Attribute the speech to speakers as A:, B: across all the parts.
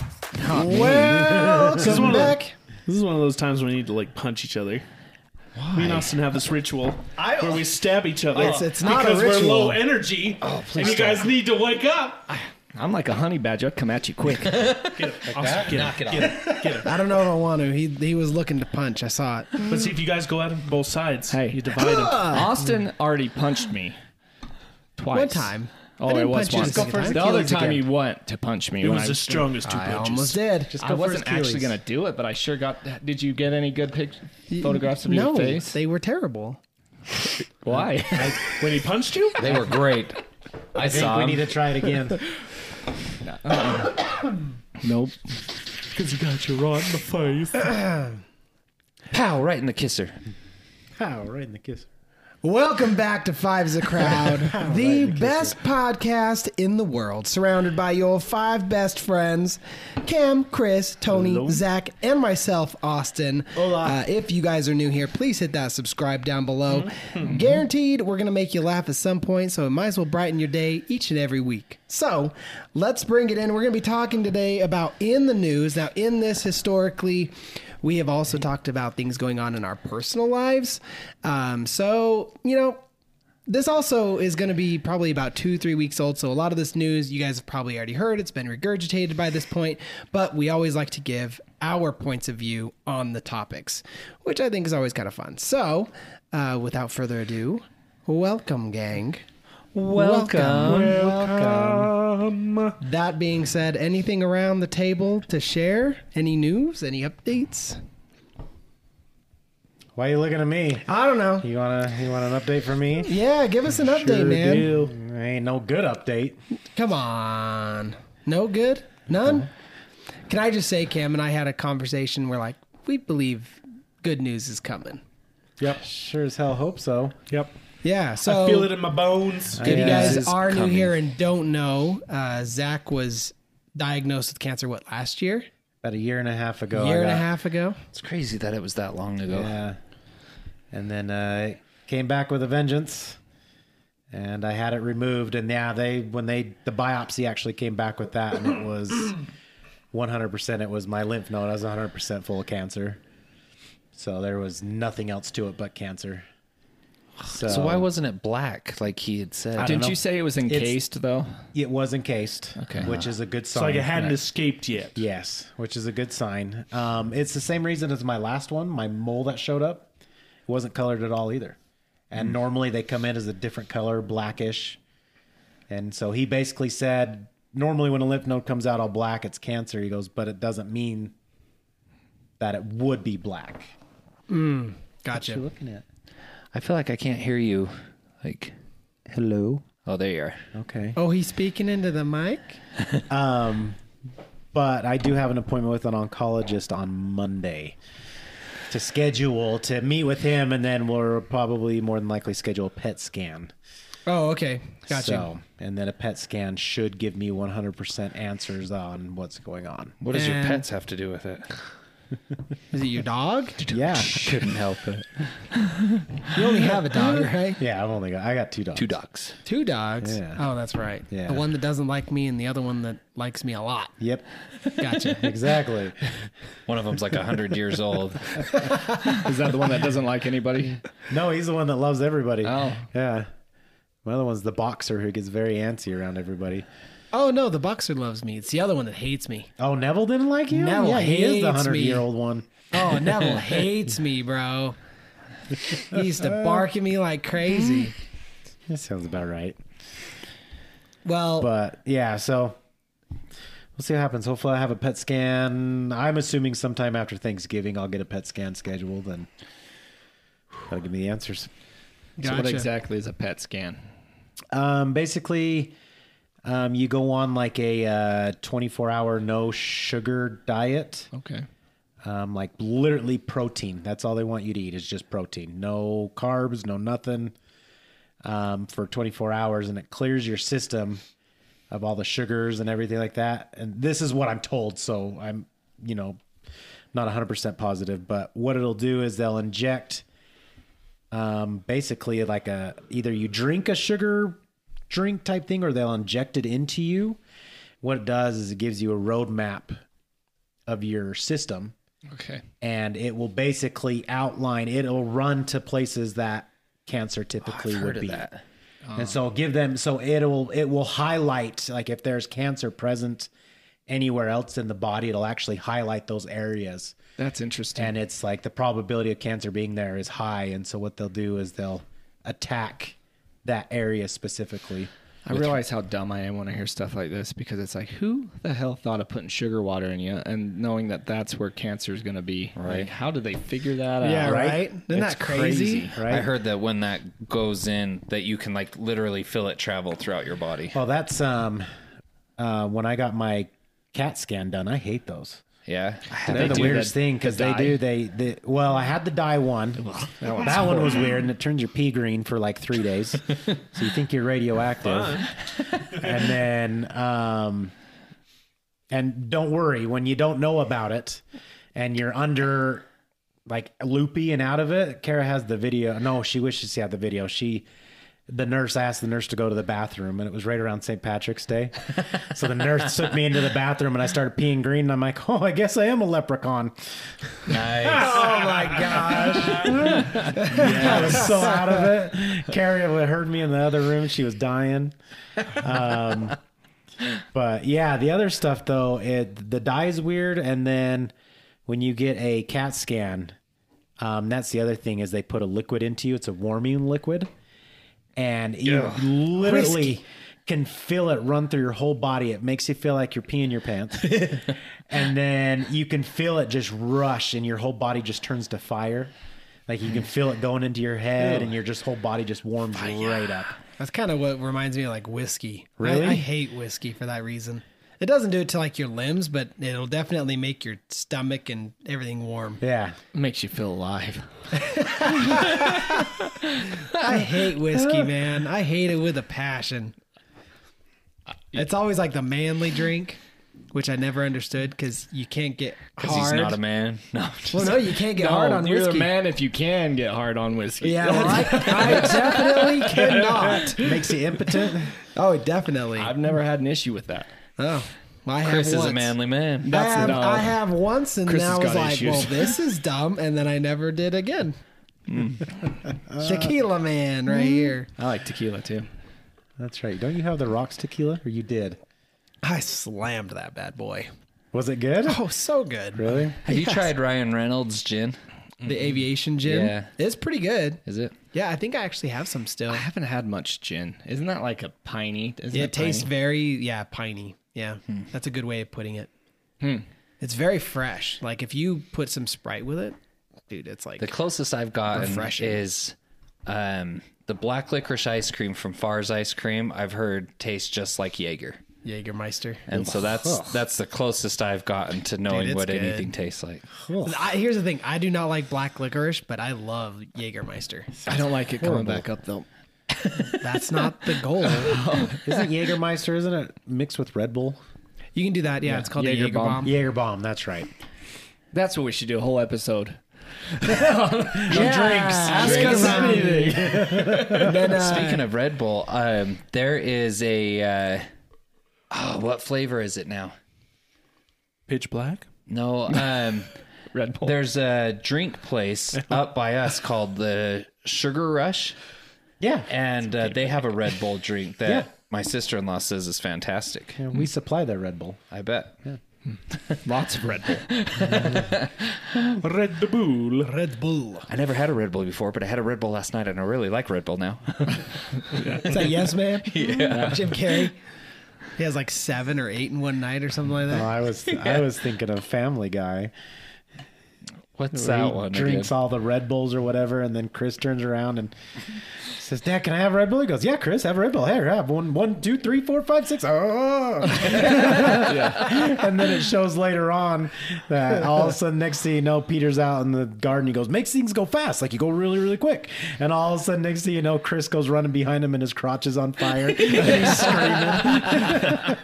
A: caught me.
B: This is
C: Welcome
B: one of the-
C: back.
B: This is one of those times when we need to like punch each other. Me and Austin have this ritual where we stab each other.
C: It's- it's not a
B: because we're
C: ritual.
B: low energy, oh, and you guys need to wake up.
D: I'm like a honey badger. I come at you quick.
B: Get it, Austin, get it.
A: Knock it off.
C: I don't know if I want to. He he was looking to punch. I saw it.
B: But see if you guys go at him from both sides.
D: Hey.
B: you divide
C: Ah.
B: him.
D: Austin already punched me
C: Uh, mm.
D: twice.
C: One time. I
D: Oh,
C: didn't
D: it was
C: punch you
D: once.
C: the second time.
D: The other
C: Achilles
D: time
C: again.
D: you went to punch me.
B: It
D: when
B: was
D: I-
B: the strongest two
C: I
B: punches.
C: almost did. Just
D: I wasn't actually gonna do it, but I sure got. Did you get any good pic- photographs of
C: no,
D: your face?
C: they were terrible.
D: Why?
B: When he punched you,
D: they were great. I
A: I think
D: saw
A: we
D: him.
A: need to try it again.
D: nope.
B: because he got you right in the face.
D: Pow! Right in the kisser.
A: Pow, right in the kiss.
C: Welcome back to Five's a Crowd, the best podcast in the world, surrounded by your five best friends Cam, Chris, Tony, Zach, and myself, Austin. Uh, if you guys are new here, please hit that subscribe down below. Guaranteed, we're going to make you laugh at some point, so it might as well brighten your day each and every week. So let's bring it in. We're going to be talking today about in the news. Now, in this historically, we have also talked about things going on in our personal lives. Um, so, you know, this also is going to be probably about two, three weeks old. So, a lot of this news you guys have probably already heard. It's been regurgitated by this point, but we always like to give our points of view on the topics, which I think is always kind of fun. So, uh, without further ado, welcome, gang. Uh,
B: Um,
C: That being said, anything around the table to share? Any news? Any updates?
A: Why are you looking at me?
C: I don't know.
A: You wanna you want an update for me?
C: Yeah, give us an update, man.
A: There ain't no good update.
C: Come on. No good? None? Can I just say, Cam and I had a conversation where, like, we believe good news is coming.
A: Yep. Sure as hell hope so.
B: Yep.
C: Yeah, so
B: I feel it in my bones.
C: if you
A: Yeah.
D: News
C: guys
D: is
C: are new
D: coming.
C: here and don't know, uh, Zach was diagnosed with cancer, what, last year?
A: About a year and a half ago. Oh, I
C: year and a
A: got-
C: half ago?
D: It's crazy that it was that long ago.
A: Yeah. And then uh, came back with a vengeance, and I had it removed. And yeah, they when they the biopsy actually came back with that, and it was 100%. It was my lymph node. I was 100% full of cancer. So there was nothing else to it but cancer. So,
E: So why wasn't it black like he had said?
A: don't
D: Didn't
A: know.
D: you say it was encased though?
A: it was encased?
E: Okay.
A: which is a good
B: It's
A: sign.
B: like it hadn't escaped yet.
A: Yes, which is a good sign. Um, it's the same reason as my last one. My mole that showed up wasn't colored at all either. And normally they come in as a different color, blackish. And so he basically said, normally when a lymph node comes out all black, it's cancer. He goes, but it doesn't mean that it would be black.
C: Gotcha.
A: Looking at
E: I feel like I can't hear you. Like,
A: hello.
E: oh, there you are.
A: Okay.
C: Oh, he's speaking into the mic?
A: but I do have an appointment with an oncologist on Monday to schedule to meet with him, and then we'll probably more than likely schedule a PET scan.
C: Oh, okay. Gotcha.
A: So, and then a PET scan should give me 100% answers on what's going on.
E: What does your
C: And-
E: pets have to do with it?
C: Is it your dog?
A: Yeah,
E: Couldn't help it.
C: You only have a dog, right?
A: yeah. I've only got I got two dogs.
E: Two ducks.
C: Two dogs.
A: Yeah.
C: Oh, that's right.
A: Yeah.
C: The one that doesn't like me and the other one that likes me a lot.
A: Yep,
C: Gotcha.
A: exactly.
E: One of them's like hundred years old.
D: Is that the one that doesn't like anybody?
A: no, he's the one that loves everybody.
E: Oh.
A: yeah. My other one's the boxer who gets very antsy around everybody.
C: Oh no, the boxer loves me. It's the other one that hates me.
A: Oh, Neville didn't like you.
C: Neville
A: yeah, he is the
C: hates me.
A: hundred-year-old one.
C: Oh, Neville hates me, bro. He used to bark at me like crazy.
A: That sounds about right.
C: Well,
A: But yeah, so we'll see what happens. Hopefully, I have a PET scan. I'm assuming sometime after Thanksgiving, I'll get a PET scan scheduled, and that'll give me the answers.
D: So
C: gotcha.
D: what exactly is a PET scan?
A: Um, basically, um, you go on like a uh, 24 hour no sugar diet,
D: Okay.
A: um, like literally protein. That's all they want you to eat is just protein. No carbs, no nothing um, for 24 hours, and it clears your system of all the sugars and everything like that. And this is what I'm told. So I'm, you know, not 100% positive, but what it'll do is they'll inject um, basically like a either you drink a sugar drink type thing or they'll inject it into you. What it does is it gives you a roadmap of your system
D: Okay.
A: and it will basically outline it'll run to places that cancer typically would be and so give them so it'll it will highlight like if there's cancer present anywhere else in the body it'll actually highlight those areas
D: That's interesting.
A: and it's like the probability of cancer being there is high and so what they'll do is they'll attack that area specifically
D: I realize how dumb I am when I hear stuff like this because it's like, who the hell thought of putting sugar water in you and knowing that that's where cancer is going to be? Like, how did they figure that
C: Yeah,
D: out?
C: right.
A: right?
C: Isn't that crazy?
A: Right.
E: I heard that when that goes in, that you can like literally feel it travel throughout your body.
A: well that's um uh when i got my cat scan done i hate those
E: Yeah. I have
A: They're
D: they
A: the
D: do
A: weirdest
D: the-
A: thing because
D: the
A: they
D: dye?
A: do they, they well I had the dye one that, one, that one was weird and it turns your pea green for like three days so you think you're radioactive and then um and don't worry when you don't know about it and you're under like loopy and out of it Kara has the video no she wishes she had the video she the nurse asked the nurse to go to the bathroom and it was right around St. Patrick's Day. So the nurse took me into the bathroom and I started peeing green and I'm like, "Oh, I guess I am a leprechaun."
E: nice.
A: Oh my gosh. I was so out of it. Carrie had heard me in the other room. She was dying. Um, but yeah, the other stuff though, it the dye is weird, and then when you get a CAT scan, um, that's the other thing is they put a liquid into you. It's a warming liquid, and you literally can feel it run through your whole body. It makes you feel like you're peeing your pants, and then you can feel it just rush, and your whole body just turns to fire. Like you can feel it going into your head, and your just whole body just warms right up.
C: That's kind of what reminds me of like whiskey. I-
A: Really?
C: I, hate whiskey for that reason. It doesn't do it to like your limbs, but it'll definitely make your stomach and everything warm.
A: Yeah,
D: Makes you feel alive.
C: I hate whiskey, man. I hate it with a passion. It's always like the manly drink, which I never understood because you can't get
E: 'Cause He's
C: hard.
E: not a man. No. I'm just-
C: well, no, you can't get
D: No,
C: hard on
D: you're
C: whiskey.
D: a man if you can get hard on whiskey.
C: Yeah, well, I, I definitely cannot.
A: makes you impotent.
C: Oh, definitely.
D: I've never had an issue with that.
C: oh, well, I
E: Chris
C: have
E: is a
C: once.
E: manly man.
C: I
D: That's
C: have,
D: no.
C: I have once, and
D: Chris
C: then I
D: has
C: was
D: got
C: like,
D: issues.
C: well, this is dumb, and then I never did again.
E: Mm.
C: Tequila man right here.
D: I like tequila too.
A: That's right. Don't you have the rocks tequila, or you did?
C: I slammed that bad boy.
A: Was it good?
C: Oh, so good.
A: Really?
E: Have you tried Ryan Reynolds gin?
C: The aviation gin.
E: Yeah.
C: It's pretty good.
E: Is it?
C: Yeah, I think I actually have some still.
D: I haven't had much gin. Isn't that like a piney? Isn't
C: It tastes
D: piney? Hmm.
C: very, yeah, piney. Yeah, that's a good way of putting it. It's very fresh. Like if you put some Sprite with it, dude, it's like
E: The closest I've gotten
C: Refreshing.
E: is um, the black licorice ice cream from Far's Ice Cream. I've heard tastes just like Jaeger,
C: Jägermeister.
E: and so that's that's the closest I've gotten to knowing
C: it's
E: what
C: good.
E: anything tastes like.
C: I, here's the thing: I do not like black licorice, but I love Jägermeister.
D: I don't like it coming back up though.
C: That's not the goal.
A: Isn't Jägermeister? Isn't it mixed with Red Bull?
C: You can do that. Yeah, it's called the Jaeger
D: Jaeger
C: bomb.
D: bomb.
A: Jaeger bomb. That's right.
D: That's what we should do a whole episode.
C: Ask us anything.
D: uh,
E: Speaking of Red Bull, um, there is a uh, oh, what flavor is it now?
B: Pitch black.
E: No, um,
D: Red Bull.
E: there's a drink place up by us called the Sugar Rush.
A: Yeah.
E: and uh, they have a Red Bull drink that my sister in law says is fantastic.
A: And we supply that Red Bull.
E: I bet.
D: Lots of Red Bull.
B: Red Bull.
C: Red Bull.
E: I never had a Red Bull before, but I had a Red Bull last night, and I really like Red Bull now.
C: Is that yes, man? yeah. Jim Carrey. He has like seven or eight in one night or something like that.
A: I was I was thinking of Family Guy.
E: What's
A: He
E: that one?
A: drinks all the Red Bulls or whatever, and then Chris turns around and says, "Dad, can I have Red Bull?" He goes, "Yeah, Chris, have Red Bull. Here, have one, one, two, three, four, five, six. Oh, and then it shows later on that all of a sudden, next thing you know, Peter's out in the garden. He goes, "Makes things go fast, like you go really, really quick." And all of a sudden, next thing you know, Chris goes running behind him, and his crotch is on fire. And he's screaming.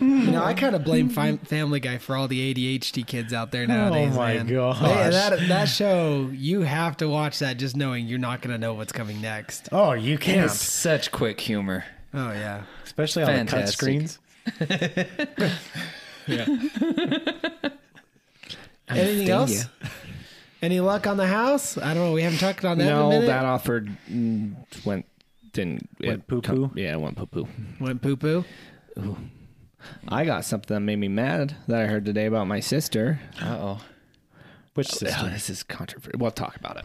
C: You know, I kind of blame fi- Family Guy for all the ADHD kids out there nowadays.
A: my
C: man.
A: gosh.
C: Hey, that that show you have to watch that just knowing you're not gonna know what's coming next.
A: Oh, you can't,
E: It's such quick humor.
C: Oh yeah.
A: especially on the cut
E: Fantastic.
A: screens.
C: Anything else? Any luck on the house? I don't know. We haven't talked on that in a
D: no,
C: minute.
D: that offer mm, went didn't
A: Went
D: it come-
A: poo-poo?
D: yeah, it went poo poo.
C: Went poo poo.
D: I got something that made me mad that I heard today about my sister.
E: Uh oh.
A: Which
D: Oh,
A: system?
D: this is controversial. We'll talk about it.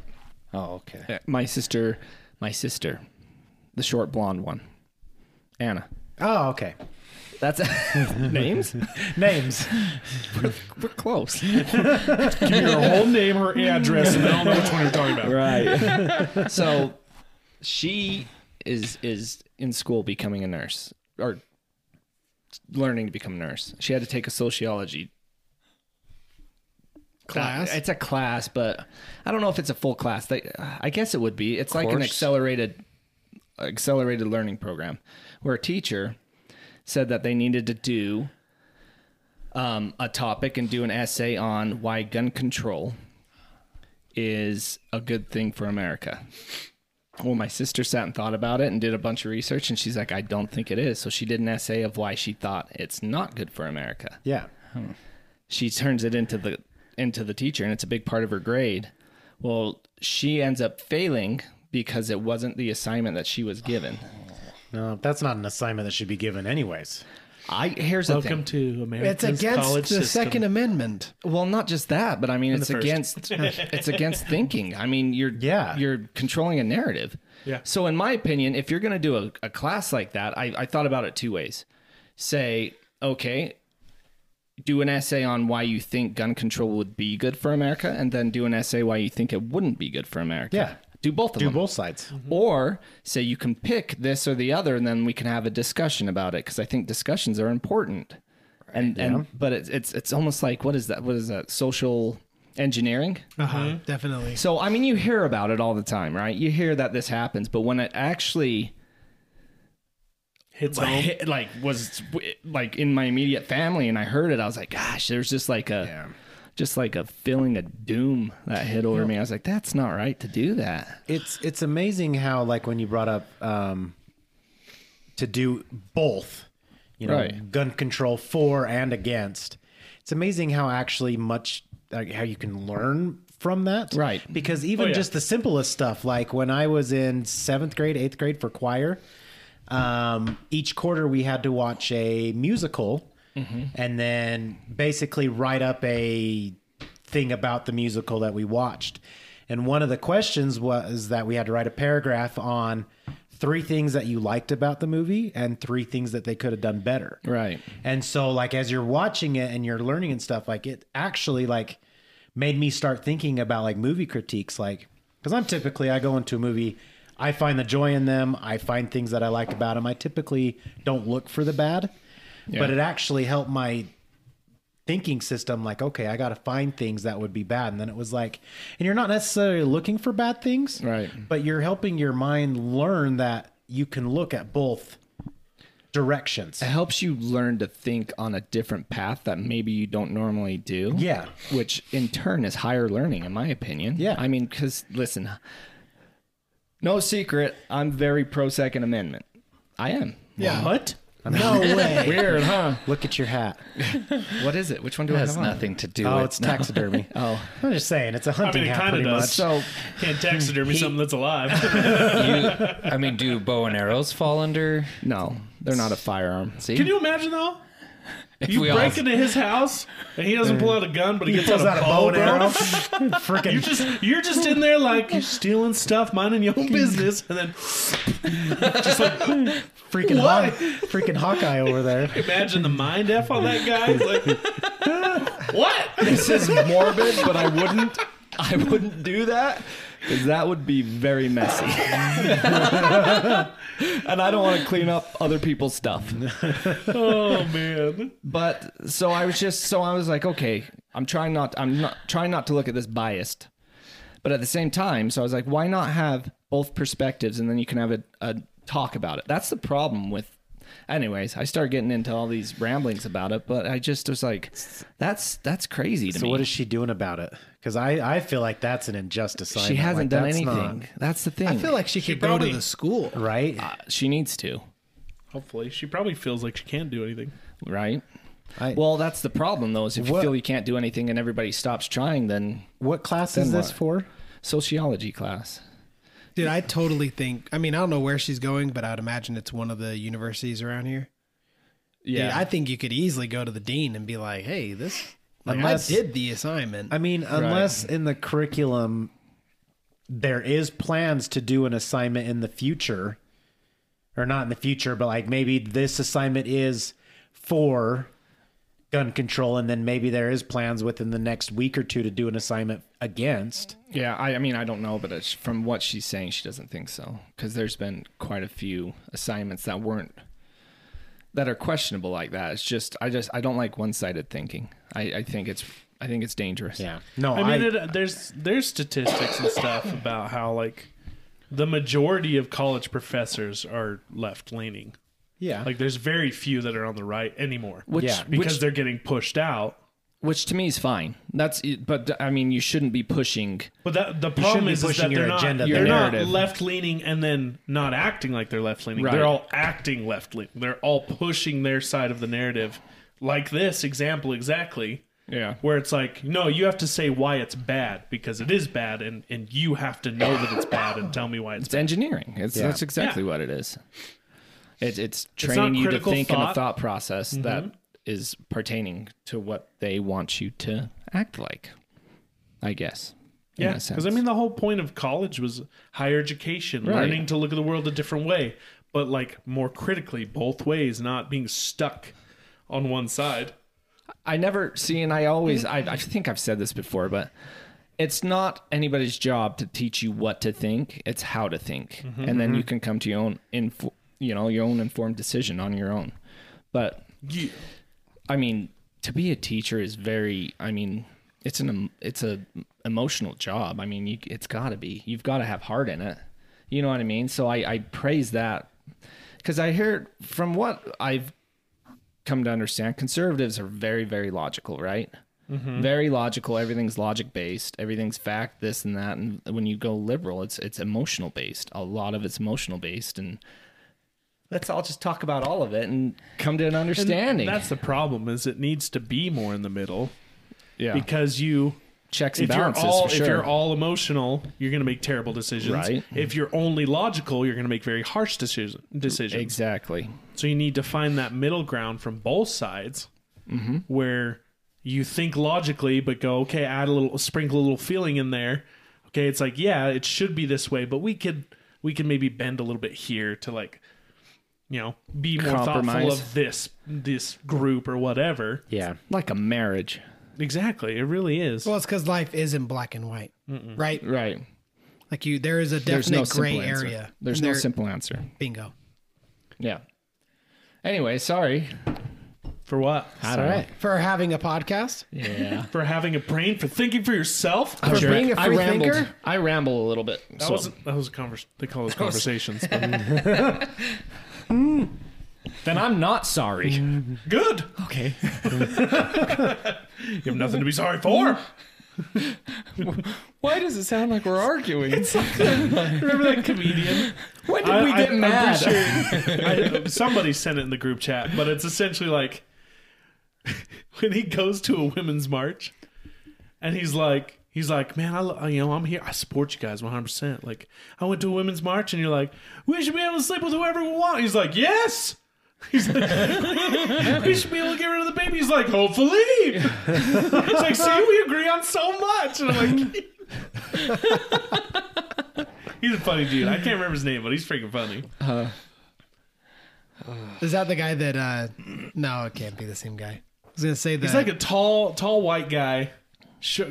E: Oh, okay.
D: Uh, My sister, my sister, the short blonde one, Anna.
A: Oh, okay.
D: That's names.
A: Names.
D: We're close.
B: Give me her whole name, her address, and I don't know which one you're talking about.
D: right so she is is in school becoming a nurse or learning to become a nurse she had to take a sociology
C: Class?
D: it's a class but i don't know if it's a full class they, i guess it would be it's like an
E: Course.
D: accelerated accelerated learning program where a teacher said that they needed to do um, a topic and do an essay on why gun control is a good thing for America. Well, my sister sat and thought about it and did a bunch of research, and she's like, I don't think it is. So she did an essay of why she thought it's not good for America.
A: Yeah.
D: She turns it into the into the teacher, and it's a big part of her grade. Well, she ends up failing because it wasn't the assignment that she was given.
A: No, that's not an assignment that should be given, anyways.
D: I here's the thing.
B: Welcome to
C: It's
B: America's
C: against the
B: college system.
C: Second Amendment.
D: Well, not just that, but I mean, it's
B: first.
D: against it's against thinking. I mean, you're
A: Yeah.
D: you're controlling a narrative.
B: Yeah.
D: So, in my opinion, if you're going to do a, a class like that, I, I thought about it two ways. Say, okay, do an essay on why you think gun control would be good for America, and then do an essay why you think it wouldn't be good for America.
A: Yeah.
D: Do both of
A: Do
D: them.
A: both sides.
D: Mm-hmm. Or say you can pick this or the other, and then we can have a discussion about it because I think discussions are important. And and but it's it's it's almost like what is that? What is that? Social engineering.
C: Uh huh. Definitely.
D: So I mean, you hear about it all the time, right? You hear that this happens, but when it actually
B: Hits home.
D: hit, like was like in my immediate family, and I heard it, I was like, gosh, there's just like a. Just like a feeling of doom that hit over me. I was like, that's not right to do that.
A: It's it's amazing how like when you brought up um, to do both, you know,
D: Right.
A: gun control for and against. It's amazing how actually much like, how you can learn from that,
D: Right.
A: Because even
B: yeah.
A: just the simplest stuff, like when I was in seventh grade, eighth grade for choir, um, each quarter we had to watch a musical and then basically write up a thing about the musical that we watched. And one of the questions was that we had to write a paragraph on three things that you liked about the movie and three things that they could have done better.
D: Right.
A: And so like as you're watching it and you're learning and stuff like it actually like made me start thinking about like movie critiques like cuz I'm typically I go into a movie I find the joy in them, I find things that I like about them. I typically don't look for the bad. But it actually helped my thinking system like okay, I got to find things that would be bad and then it was like and you're not necessarily looking for bad things.
D: Right.
A: But you're helping your mind learn that you can look at both directions.
D: It helps you learn to think on a different path that maybe you don't normally do.
A: Yeah.
D: Which in turn is higher learning, in my opinion.
A: Yeah.
D: I mean, because listen, no secret, I'm very pro Second Amendment. I am.
C: Yeah.
B: What?
C: No way.
D: Weird, huh?
A: Look at your hat.
D: What is it? Which one do
E: It
D: I
E: has
D: have on?
E: nothing to do
A: Oh,
E: with
A: it's taxidermy. oh, I'm just saying, it's a hunting
B: I mean, it
A: hat
B: kinda
A: pretty
B: does.
A: much.
D: So
B: Can't taxidermy something that's alive.
E: you. I mean, do bow and arrows fall under?
D: no, they're not a firearm.
E: See,
B: Can you imagine though?
E: If
B: You
E: we all-
B: break into his house and he doesn't pull out a gun, but he, gets
A: Pulls
B: out a bow, and
A: arrow.
B: arrow. You're
A: Freaking
B: just you're just in there like you're stealing stuff, minding your own business, and then
A: freaking Hawk, freaking Hawkeye over there.
B: imagine the mind f on that guy. He's like, what?
D: This is morbid, but I wouldn't. I wouldn't do that because that would be very messy. and I don't want to clean up other people's stuff.
B: Oh man.
D: but so I was just so I was like, okay, I'm trying not I'm not trying not to look at this biased. But at the same time, so I was like, why not have both perspectives and then you can have a, a talk about it. That's the problem with anyways, I started getting into all these ramblings about it, but I just was like that's that's crazy to
A: So
D: me.
A: what is she doing about it? Because I, I feel like that's an injustice.
D: she
A: assignment.
D: hasn't
A: Like,
D: done
A: that's
D: anything.
A: not-
D: That's the thing. Uh,
C: I feel like she could go
B: probably-
C: to the school.
A: right?
D: she needs to,
B: Hopefully, she probably feels like she can do anything.
D: right?
A: I,
D: Well, that's the problem though. Is if
A: What-
D: you feel you can't do anything and everybody stops trying, then
A: what class is
D: then
A: this
D: what?
A: for?
D: sociology class.
C: Dude, I totally think. I mean, I don't know where she's going, but I'd imagine it's one of the universities around here. Dude, I think you could easily go to the dean and be like, "Hey, this like,
A: Unless-
C: I did the assignment."
A: I mean, unless in the curriculum there is plans to do an assignment in the future, or not in the future, but like maybe this assignment is for gun control, and then maybe there is plans within the next week or two to do an assignment against.
D: Yeah, I, I mean, I don't know, but it's, from what she's saying, she doesn't think so. Because there's been quite a few assignments that weren't that are questionable like that. It's just, I just, I don't like one-sided thinking. I, I think it's, I think it's dangerous.
A: Yeah, no, I,
B: I mean, it, uh, there's there's statistics and stuff about how like the majority of college professors are left leaning.
A: yeah,
B: Like, there's very few that are on the right anymore.
D: Which,
A: Yeah,
B: because
D: which,
B: they're getting pushed out.
D: which to me is fine. That's, but I mean, you shouldn't be pushing.
B: But that, the problem
A: be
B: is, is
A: pushing
B: that
A: your
B: they're not
A: agenda,
B: they're
A: your
B: not
D: narrative.
B: left leaning and then not acting like they're left leaning.
D: Right.
B: They're all acting left leaning. They're all pushing their side of the narrative, like this example exactly,
D: Yeah.
B: where it's like, no, you have to say why it's bad because it is bad, and and you have to know that it's bad and tell me why it's
D: It's engineering. It's that's exactly
B: Yeah.
D: what it is. It, it's
B: not
D: training you to
B: critical
D: think in a
B: thought. Mm-hmm.
D: thought process that is pertaining to what they want you to act like. I guess. in
B: Yeah,
D: a
B: because I
D: sense.
B: mean, the whole point of college was higher education,
D: Right.
B: learning to look at the world a different way, but like more critically, both ways, not being stuck on one side.
D: I never see, and I always, I, I think I've said this before, but it's not anybody's job to teach you what to think. It's how to think,
B: Mm-hmm,
D: and then you can come to your own, inf- you know, your own informed decision on your own. But
B: You,
D: I mean, to be a teacher is very. I mean, it's an em- it's a emotional job. I mean, you, it's got to be. You've got to have heart in it. You know what I mean? So I I praise that because I hear from what I've come to understand, conservatives are very very logical, right?
B: Mm-hmm.
D: Very logical. Everything's logic based. Everything's fact, this and that. And when you go liberal, it's it's emotional based. A lot of it's emotional based, and let's all just talk about all of it and come to an understanding.
B: That's the problem. Is it needs to be more in the middle
D: yeah.
B: because you.
D: checks and
B: If you're
D: balances
B: all
D: for sure.
B: if you're all emotional, you're going to make terrible decisions.
D: Right.
B: If you're only logical, you're going to make very harsh decision, decisions.
D: exactly.
B: So you need to find that middle ground from both sides where you think logically, but go, okay, add a little, sprinkle a little feeling in there. Okay. It's like, yeah, it should be this way, but we could, we can maybe bend a little bit here to like, you know, be more thoughtful
D: Compromise.
B: of this, this group or whatever.
A: yeah.
D: Like a marriage.
B: Exactly. It really is.
C: well, it's because life isn't black and white, right?
D: Right.
C: Like you, there is a
D: There's
C: definite
D: no
C: gray
D: simple answer.
C: area.
D: There's
C: And
D: no
C: there-
D: simple answer.
C: bingo.
D: Yeah. Anyway, sorry.
B: for what?
A: All right.
C: For having a podcast,
D: Yeah.
B: For having a brain, for thinking for yourself.
C: for
D: Sure.
C: being a
D: I
C: free
D: rambled.
C: thinker,
D: I ramble a little bit.
B: That
D: so-
B: was that was a convers. They call those conversations.
D: then I'm not sorry.
B: Good.
D: okay.
B: You have nothing to be sorry for.
D: Why does it sound like we're arguing?
B: Remember that comedian?
D: when did we get mad?
B: I'm pretty sure- I- somebody sent it in the group chat, but it's essentially like when he goes to a women's march, and he's like, he's like, man, I, lo- you know, I'm here, I support you guys 100. percent Like, I went to a women's march, and you're like, we should be able to sleep with whoever we want. He's like, yes. He's like, we should be able to get rid of the baby. He's like, hopefully. it's like, see, we agree on so much. And I'm like, he's a funny dude. I can't remember his name, but he's freaking funny.
C: is that the guy that? uh No, it can't be the same guy. I was gonna say that.
B: He's like a tall, tall white guy,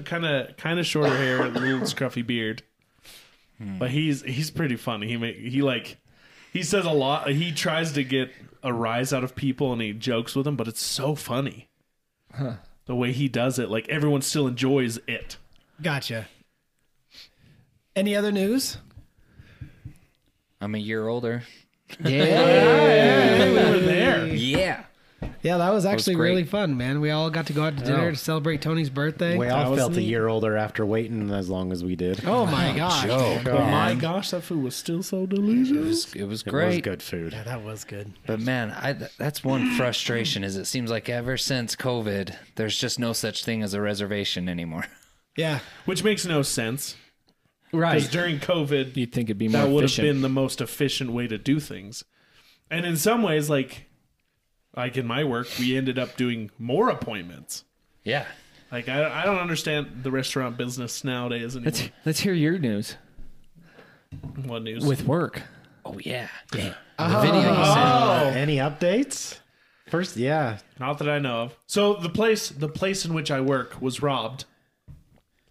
B: kind of, kind of shorter hair, a little scruffy beard. But he's he's pretty funny. He make, he like he says a lot. He tries to get a rise out of people, and he jokes with them. But it's so funny the way he does it. Like everyone still enjoys it.
C: gotcha. Any other news?
E: I'm a year older.
B: We're there.
E: Yeah.
C: Yeah, that was actually
E: great.
C: really fun, man. We all got to go out to dinner to celebrate Tony's birthday.
A: We all
B: was
A: felt a
B: neat.
A: year older after waiting as long as we did.
C: oh my gosh.
B: But my gosh, that food was still so delicious.
E: It was
A: it
E: great.
A: was good food.
C: Yeah, that was good.
E: But man, I th- that's one frustration is it seems like ever since COVID, there's just no such thing as a reservation anymore.
C: Yeah.
B: Which makes no sense. Because
D: Right.
B: during COVID,
D: You'd think it'd be more
B: that would have
D: efficient.
B: been the most efficient way to do things. And in some ways, like like in my work, we ended up doing more appointments.
E: Yeah.
B: Like I, I don't understand the restaurant business nowadays anymore.
D: Let's let's hear your news
B: what news?
D: with work.
E: Oh yeah. The video you sent.
A: Uh, any updates? First, yeah.
B: Not that I know of. So the place the place in which I work was robbed.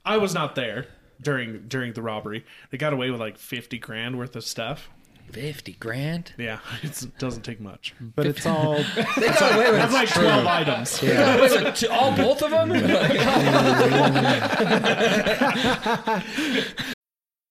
B: I was not there during during the robbery. They got away with like fifty grand worth of stuff.
E: Fifty grand.
B: Yeah, it's, it doesn't take much.
A: But it's all
E: They got away with
B: That's like twelve items.
E: all both of them.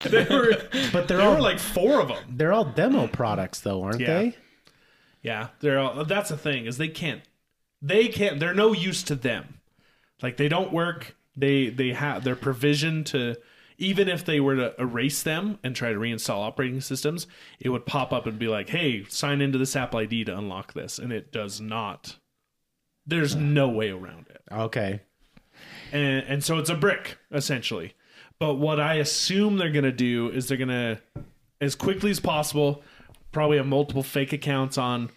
B: They were, but there were like four of them.
A: they're all demo products though, aren't
B: Yeah.
A: they?
B: Yeah, they're all. That's the thing is they can't. They can't. They're no use to them. Like they don't work. They they have their provision to. Even if they were to erase them and try to reinstall operating systems, it would pop up and be like, "Hey, sign into this Apple ID to unlock this," and it does not. There's no way around it,
A: Okay.
B: and and so it's a brick essentially. But what I assume they're gonna do is they're gonna, as quickly as possible, probably have multiple fake accounts on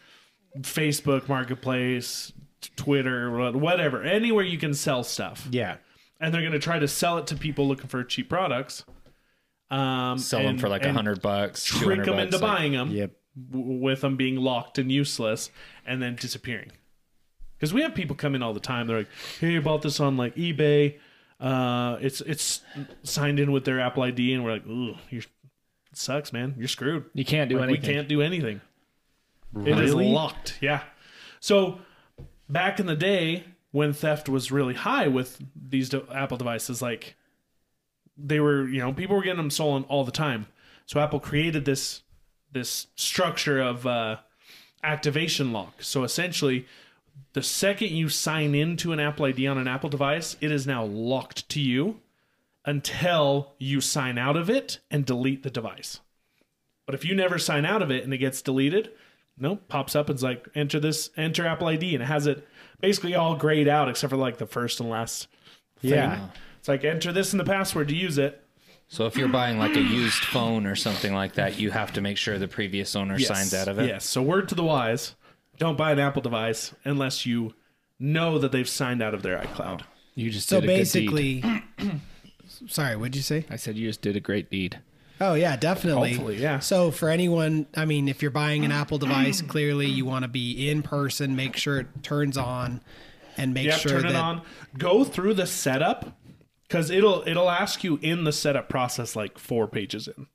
B: Facebook Marketplace, t- Twitter, wha- whatever, anywhere you can sell stuff.
A: Yeah.
B: And they're going to try to sell it to people looking for cheap products. Um,
E: Sell them
B: and-
E: for like a
B: and
E: hundred bucks.
B: Trick
E: 200
B: them
E: bucks,
B: into
E: like-
B: buying them
A: Yep.
B: w- with them being locked and useless and then disappearing. Because we have people come in all the time. They're like, "Hey, I bought this on like eBay. Uh, it's it's signed in with their Apple ID," and we're like, "Ooh, you're, it sucks, man. You're screwed.
D: You can't do
B: Like,
D: anything.
B: We can't do anything. It is
A: Really?
B: locked. Yeah. So back in the day when theft was really high with these de- Apple devices, like they were, you know, people were getting them stolen all the time. So Apple created this this structure of uh, activation lock. So essentially, the second you sign into an Apple ID on an Apple device, it is now locked to you until you sign out of it and delete the device. But if you never sign out of it and it gets deleted, no, pops up and's like enter this enter Apple ID and it has it basically all grayed out except for like the first and last.
A: Yeah.
B: It's like enter this and the password to use it.
E: So if you're buying like a used phone or something like that, you have to make sure the previous owner signs out of it.
B: Yes. So word to the wise, don't buy an Apple device unless you know that they've signed out of their iCloud.
D: You just
C: So
D: did a good deed.
C: basically, sorry, what'd you say?
D: I said you just did a great deed.
C: Oh yeah, definitely.
B: Hopefully, yeah.
C: So for anyone, I mean, if you're buying an Apple device, clearly you want to be in person. Make sure it turns on, and make
B: Yeah,
C: sure
B: turn
C: that
B: it on. Go through the setup because it'll it'll ask you in the setup process like four pages in.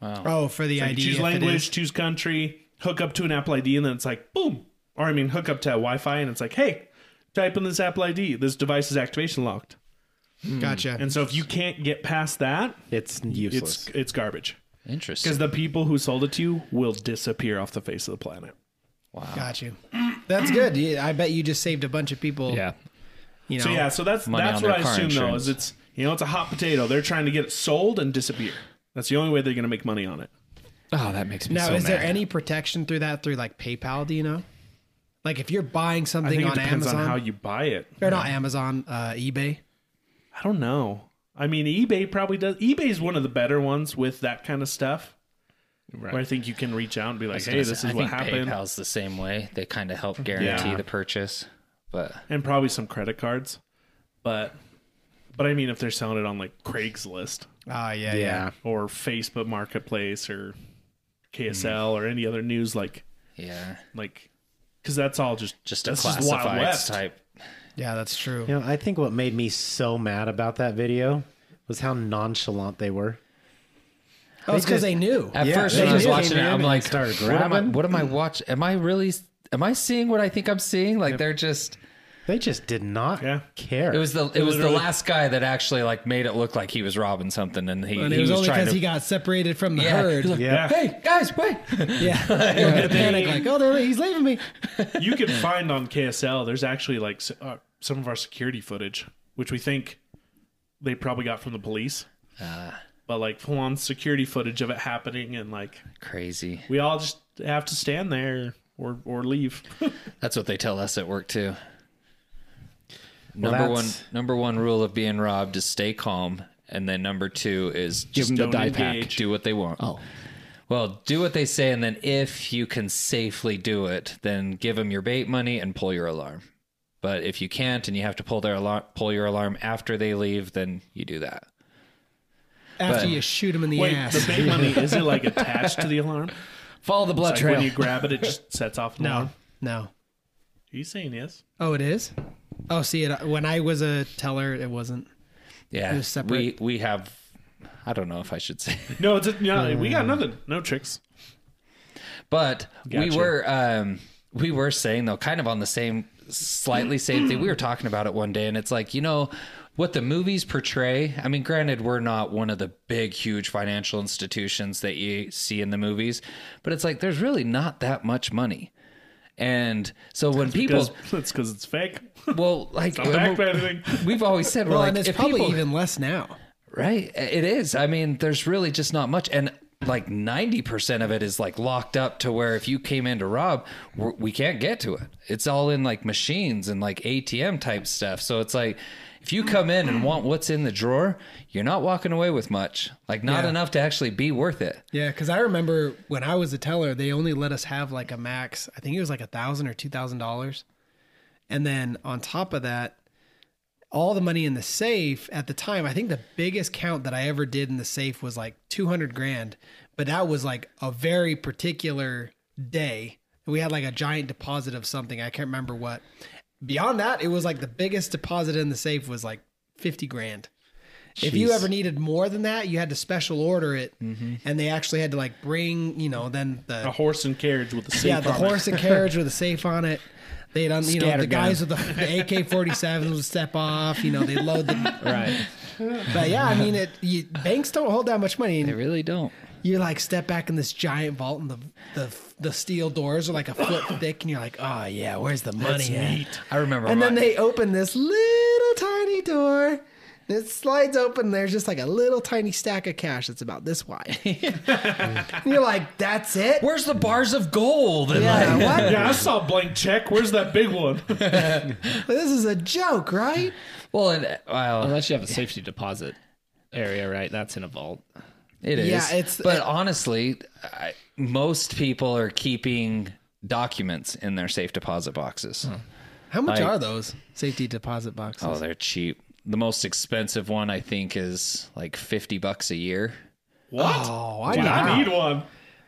C: oh for the
B: Like,
C: ID, if
B: choose
C: it
B: language,
C: is-
B: choose country, hook up to an Apple ID, and then it's like boom. Or I mean, hook up to Wi-Fi, and it's like, hey, type in this Apple ID. This device is activation locked.
C: Gotcha.
B: And so if you can't get past that,
A: It's useless.
B: it's it's garbage. Because
E: Interesting.
B: the people who sold it to you will disappear off the face of the planet.
C: Got you. That's good. Yeah, I bet you just saved a bunch of people.
D: Yeah.
C: You know.
B: So yeah, so that's
E: Money
B: that's
E: on
B: what I
E: their car
B: assume though
E: insurance.
B: is it's you know it's a hot potato. They're trying to get it sold and disappear. That's the only way they're going to make money on it.
D: Oh, that makes me
C: Now,
D: so
C: is there
D: mad.
C: any protection through that through like PayPal? Do you know? Like if you're buying
B: I
C: something
B: think it
C: on
B: depends
C: Amazon
B: on how you buy it.
C: or not Amazon, uh, eBay.
B: I don't know. I mean, eBay probably does. eBay is one of the better ones with that kind of stuff. Where I think you can reach out and be like, "Hey, this is
E: I
B: what
E: think
B: happened,"
E: PayPal's the same way. They kind of help guarantee
B: Yeah.
E: the purchase, but
B: and probably some credit cards. But, but I mean, if they're selling it on like Craigslist
C: Oh yeah, yeah.
A: yeah.
B: or Facebook
E: Mm.
B: Marketplace or KSL or any other news like
E: yeah.
B: like because that's all just
E: Just a
B: that's
E: classified type.
C: Yeah, that's true.
A: You know, I think what made me so mad about that video was how nonchalant they were.
C: Oh, it's because they knew.
E: At
A: Yeah,
E: first,
A: they
E: when I was
A: knew.
E: watching it,
A: They
E: I'm like,
A: started
E: what am I?
A: grabbing.
E: What am I watch? Am I really? Am I seeing what I think I'm seeing? Like they're just.
A: They just did not
B: Yeah.
A: care.
E: It was the it was the
B: Literally.
E: last guy that actually like made it look like he was robbing something, and he,
C: And
E: he
C: it was,
E: was
C: only
E: trying
C: because
E: to.
C: he got separated from the
E: Yeah,
C: herd.
E: he's like,
A: Yeah.
E: Hey guys, wait!
C: yeah. yeah. Panic like, oh, there he's leaving me.
B: you can find on KSL. There's actually like s- uh, some of our security footage, which we think they probably got from the police.
C: Ah.
B: but like full on security footage of it happening, and like
E: Crazy.
B: we all just have to stand there or or leave.
E: That's what they tell us at work too.
A: Well,
E: number one,
A: that's-
E: number one rule of being robbed is stay calm, and then number two is
D: Give
E: just
D: him the
B: don't
D: die pack.
B: engage.
E: do what they want.
D: Oh.
E: Well, do what they say, and then if you can safely do it, then give them your bait money and pull your alarm. But if you can't, and you have to pull their alarm, pull your alarm after they leave, then you do that.
C: After
E: But-
C: you shoot him in the
B: Wait,
C: ass.
B: the bait money is it like attached to the alarm?
D: Follow the blood
B: Like
D: trail.
B: when you grab it, it just sets off an
C: no,
B: alarm.
C: no.
B: Are you saying yes?
C: Oh, it is? Oh, see, it, when I was a teller, it wasn't.
E: Yeah,
C: They're separate.
E: we we have. I don't know if I should say.
B: No, it's a, no. we
C: Mm.
B: got nothing. No tricks.
E: But we
B: Gotcha.
E: were um, we were saying though, kind of on the same, slightly same thing. We were talking about it one day, and it's like you know what the movies portray. I mean, granted, we're not one of the big, huge financial institutions that you see in the movies, but it's like there's really not that much money. And so when people,
B: Because that's because it's fake.
E: well, like
B: Not back by anything.
E: we've always said, we're
C: Well,
E: like,
C: and it's
E: if
C: probably
E: people,
C: even less now.
E: Right. It is. I mean, there's really just not much. And like 90% of it is like locked up to where if you came in to rob, we're- we can't get to it. It's all in like machines and like ATM type stuff. So it's like, if you come in and want what's in the drawer, you're not walking away with much. Like, not
C: Yeah.
E: enough to actually be worth it.
C: Yeah, because I remember when I was a teller, they only let us have like a max. I think it was like a thousand or two thousand dollars, and then on top of that, all the money in the safe at the time. I think the biggest count that I ever did in the safe was like two hundred grand, but that was like a very particular day. We had like a giant deposit of something. I can't remember what. Beyond that, it was like the biggest deposit in the safe was like fifty grand. If you ever needed more than that, you had to special order it, and they actually had to like bring, you know, then
B: A
C: the
B: horse and carriage with the safe
C: yeah the
B: on it.
C: horse and carriage with a safe on it. They'd un, you know the
D: Scattergun.
C: guys with the, the AK forty sevens would step off. You know they load them.
D: right.
C: But yeah, I mean it. You, banks don't hold that much money.
E: They really don't.
C: You like step back in this giant vault, and the the the steel doors are like a foot thick, and you're like, oh yeah, where's the money? at?"
E: I remember.
C: And then
E: my-
C: they open this little tiny door. and It slides open. There's just like a little tiny stack of cash that's about this wide. and you're like, that's it?
E: Where's the bars of gold? And like,
C: Yeah, what?
B: Yeah, I saw a blank check. Where's that big one?
C: This is a joke, right?
E: well, and, well,
D: Unless you have a safety deposit area, right? That's in a vault.
E: It is.
C: Yeah, it's-
E: But
C: it-
E: honestly, I, most people are keeping documents in their safe deposit boxes.
C: How much
E: Like-
C: are those safety deposit boxes?
E: Oh, they're cheap. The most expensive one I think is like fifty bucks a year.
B: What?
C: Oh, I,
B: Dude, I
C: need-
B: need one.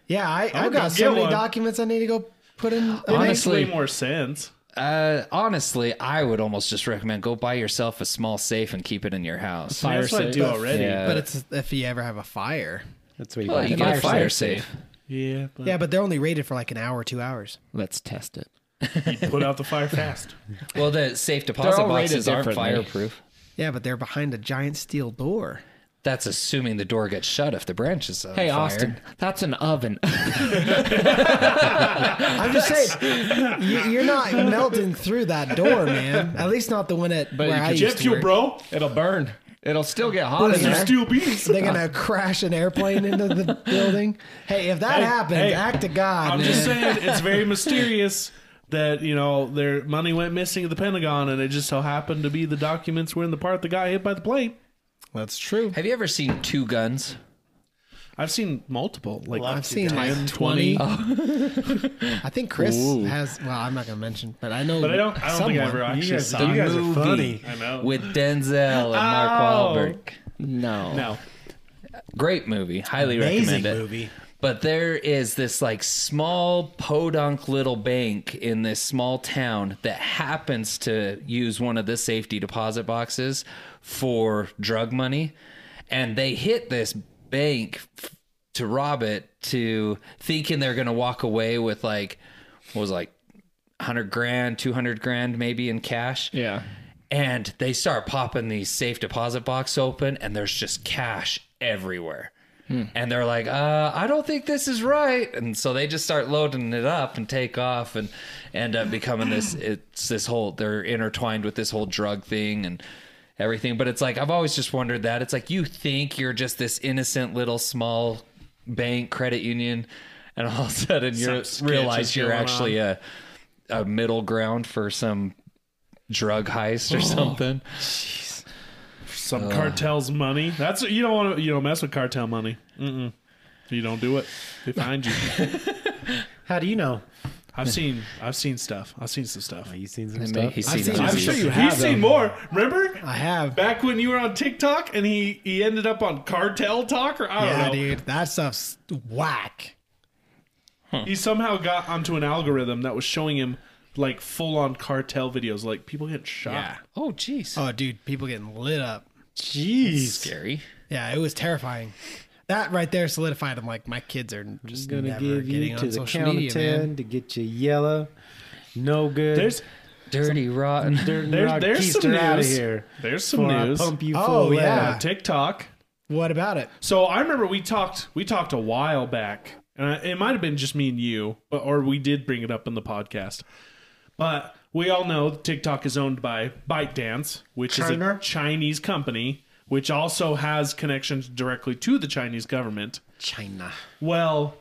C: Yeah, I, I've
B: gonna
C: got
B: get
C: so many
B: one. Uh,
C: documents I need to go put in.
B: Makes way
E: Honestly,
B: more sense.
E: uh, honestly, I would almost just recommend go buy yourself a small safe and keep it in your house.
B: I mean, that's what I
D: safe.
B: do already. Yeah,
E: Yeah.
C: but it's if you ever have a fire.
A: That's what you
E: Well,
A: got.
E: you
A: Fire
E: get a fire
A: safe.
E: safe.
B: but
C: Yeah, but they're only rated for like an hour, two hours.
D: Let's test it.
B: put out the fire fast.
E: Well, the safe deposit
D: all rated
E: boxes aren't
D: differently.
E: fireproof.
C: Yeah, but they're behind a giant steel door.
E: That's assuming the door gets shut if the branch is on
D: Hey,
E: fire.
D: Austin, that's an oven.
C: I'm just saying, you- you're not melting through that door, man. At least not the one at
D: But
C: where
D: you
C: I
D: could
C: used
B: Jet
C: to
B: fuel,
C: work.
B: bro.
D: It'll burn. It'll still get hot in
B: Some
D: there.
B: steel beams.
C: They're gonna crash an airplane into the building. Hey, if that
B: Hey,
C: happens,
B: hey,
C: act to God.
B: I'm
C: man.
B: just saying, it's very mysterious that you know their money went missing at the Pentagon, and it just so happened to be the documents were in the part that got hit by the plane.
C: that's true.
E: Have you ever seen Two Guns?
B: I've seen multiple. Like
C: I've seen like 20. I think Chris has. Well, I'm not gonna mention, but I know.
B: but I don't. I don't think I
C: someone.
B: ever actually saw.
A: you
B: it.
A: guys are funny.
B: I know.
E: with Denzel and Mark
B: Oh.
E: Wahlberg.
D: No.
B: no,
E: Great movie. Highly recommend
A: Amazing
E: it.
A: movie.
E: But there is this like small podunk little bank in this small town that happens to use one of the safety deposit boxes for drug money. And they hit this bank f- to rob it to thinking they're going to walk away with like, what was it, like 100 grand, 200 grand maybe in cash
D: Yeah.
E: and they start popping these safe deposit box open and there's just cash everywhere and they're like uh, i don't think this is right and so they just start loading it up and take off and end up becoming this it's this whole they're intertwined with this whole drug thing and everything but it's like i've always just wondered that it's like you think you're just this innocent little small bank credit union and all of a sudden you
B: sketch
E: realize
B: is
E: you're
B: going
E: actually a, a middle ground for some drug heist or something.
B: Some cartel's money. That's you don't want to you don't mess with cartel money. Mm-mm. You don't do it. They find you.
A: How do you know?
B: I've seen I've seen stuff. I've seen some stuff.
A: You seen some stuff?
C: I've seen
B: I'm
C: I've
B: sure
C: seen-
B: you
C: You
B: have.
C: have
B: You've seen
C: them.
B: more. Remember?
C: I have.
B: Back when you were on TikTok and he he ended up on cartel talk or I don't
C: Yeah,
B: know.
C: dude, that stuff's whack.
B: He somehow got onto an algorithm that was showing him like full on cartel videos, like people getting shot.
E: Oh, jeez.
C: Oh, dude, people getting lit up.
A: Jeez.
E: Scary.
C: Yeah, it was terrifying. That right there solidified. I'm like, my kids are just
A: gonna
C: never
A: give
C: getting
A: you
C: on
A: to the
C: social
A: count
C: media,
A: of ten
C: man.
A: to get you yellow. No good.
B: There's
E: Dirty, rotten.
A: Dirt
B: there's-
A: rock
B: there's
A: keister
B: some
A: out of
B: news.
A: here.
B: there's some
A: Before I
B: news.
A: Pump you
C: Oh,
A: full of lead.
C: yeah.
B: on TikTok.
C: What about it?
B: So I remember we talked we talked a while back, and I, it might have been just me and you, but, or we did bring it up in the podcast. But we all know TikTok is owned by ByteDance, which is a
A: China?
B: Chinese company, which also has connections directly to the Chinese government.
A: China.
B: Well,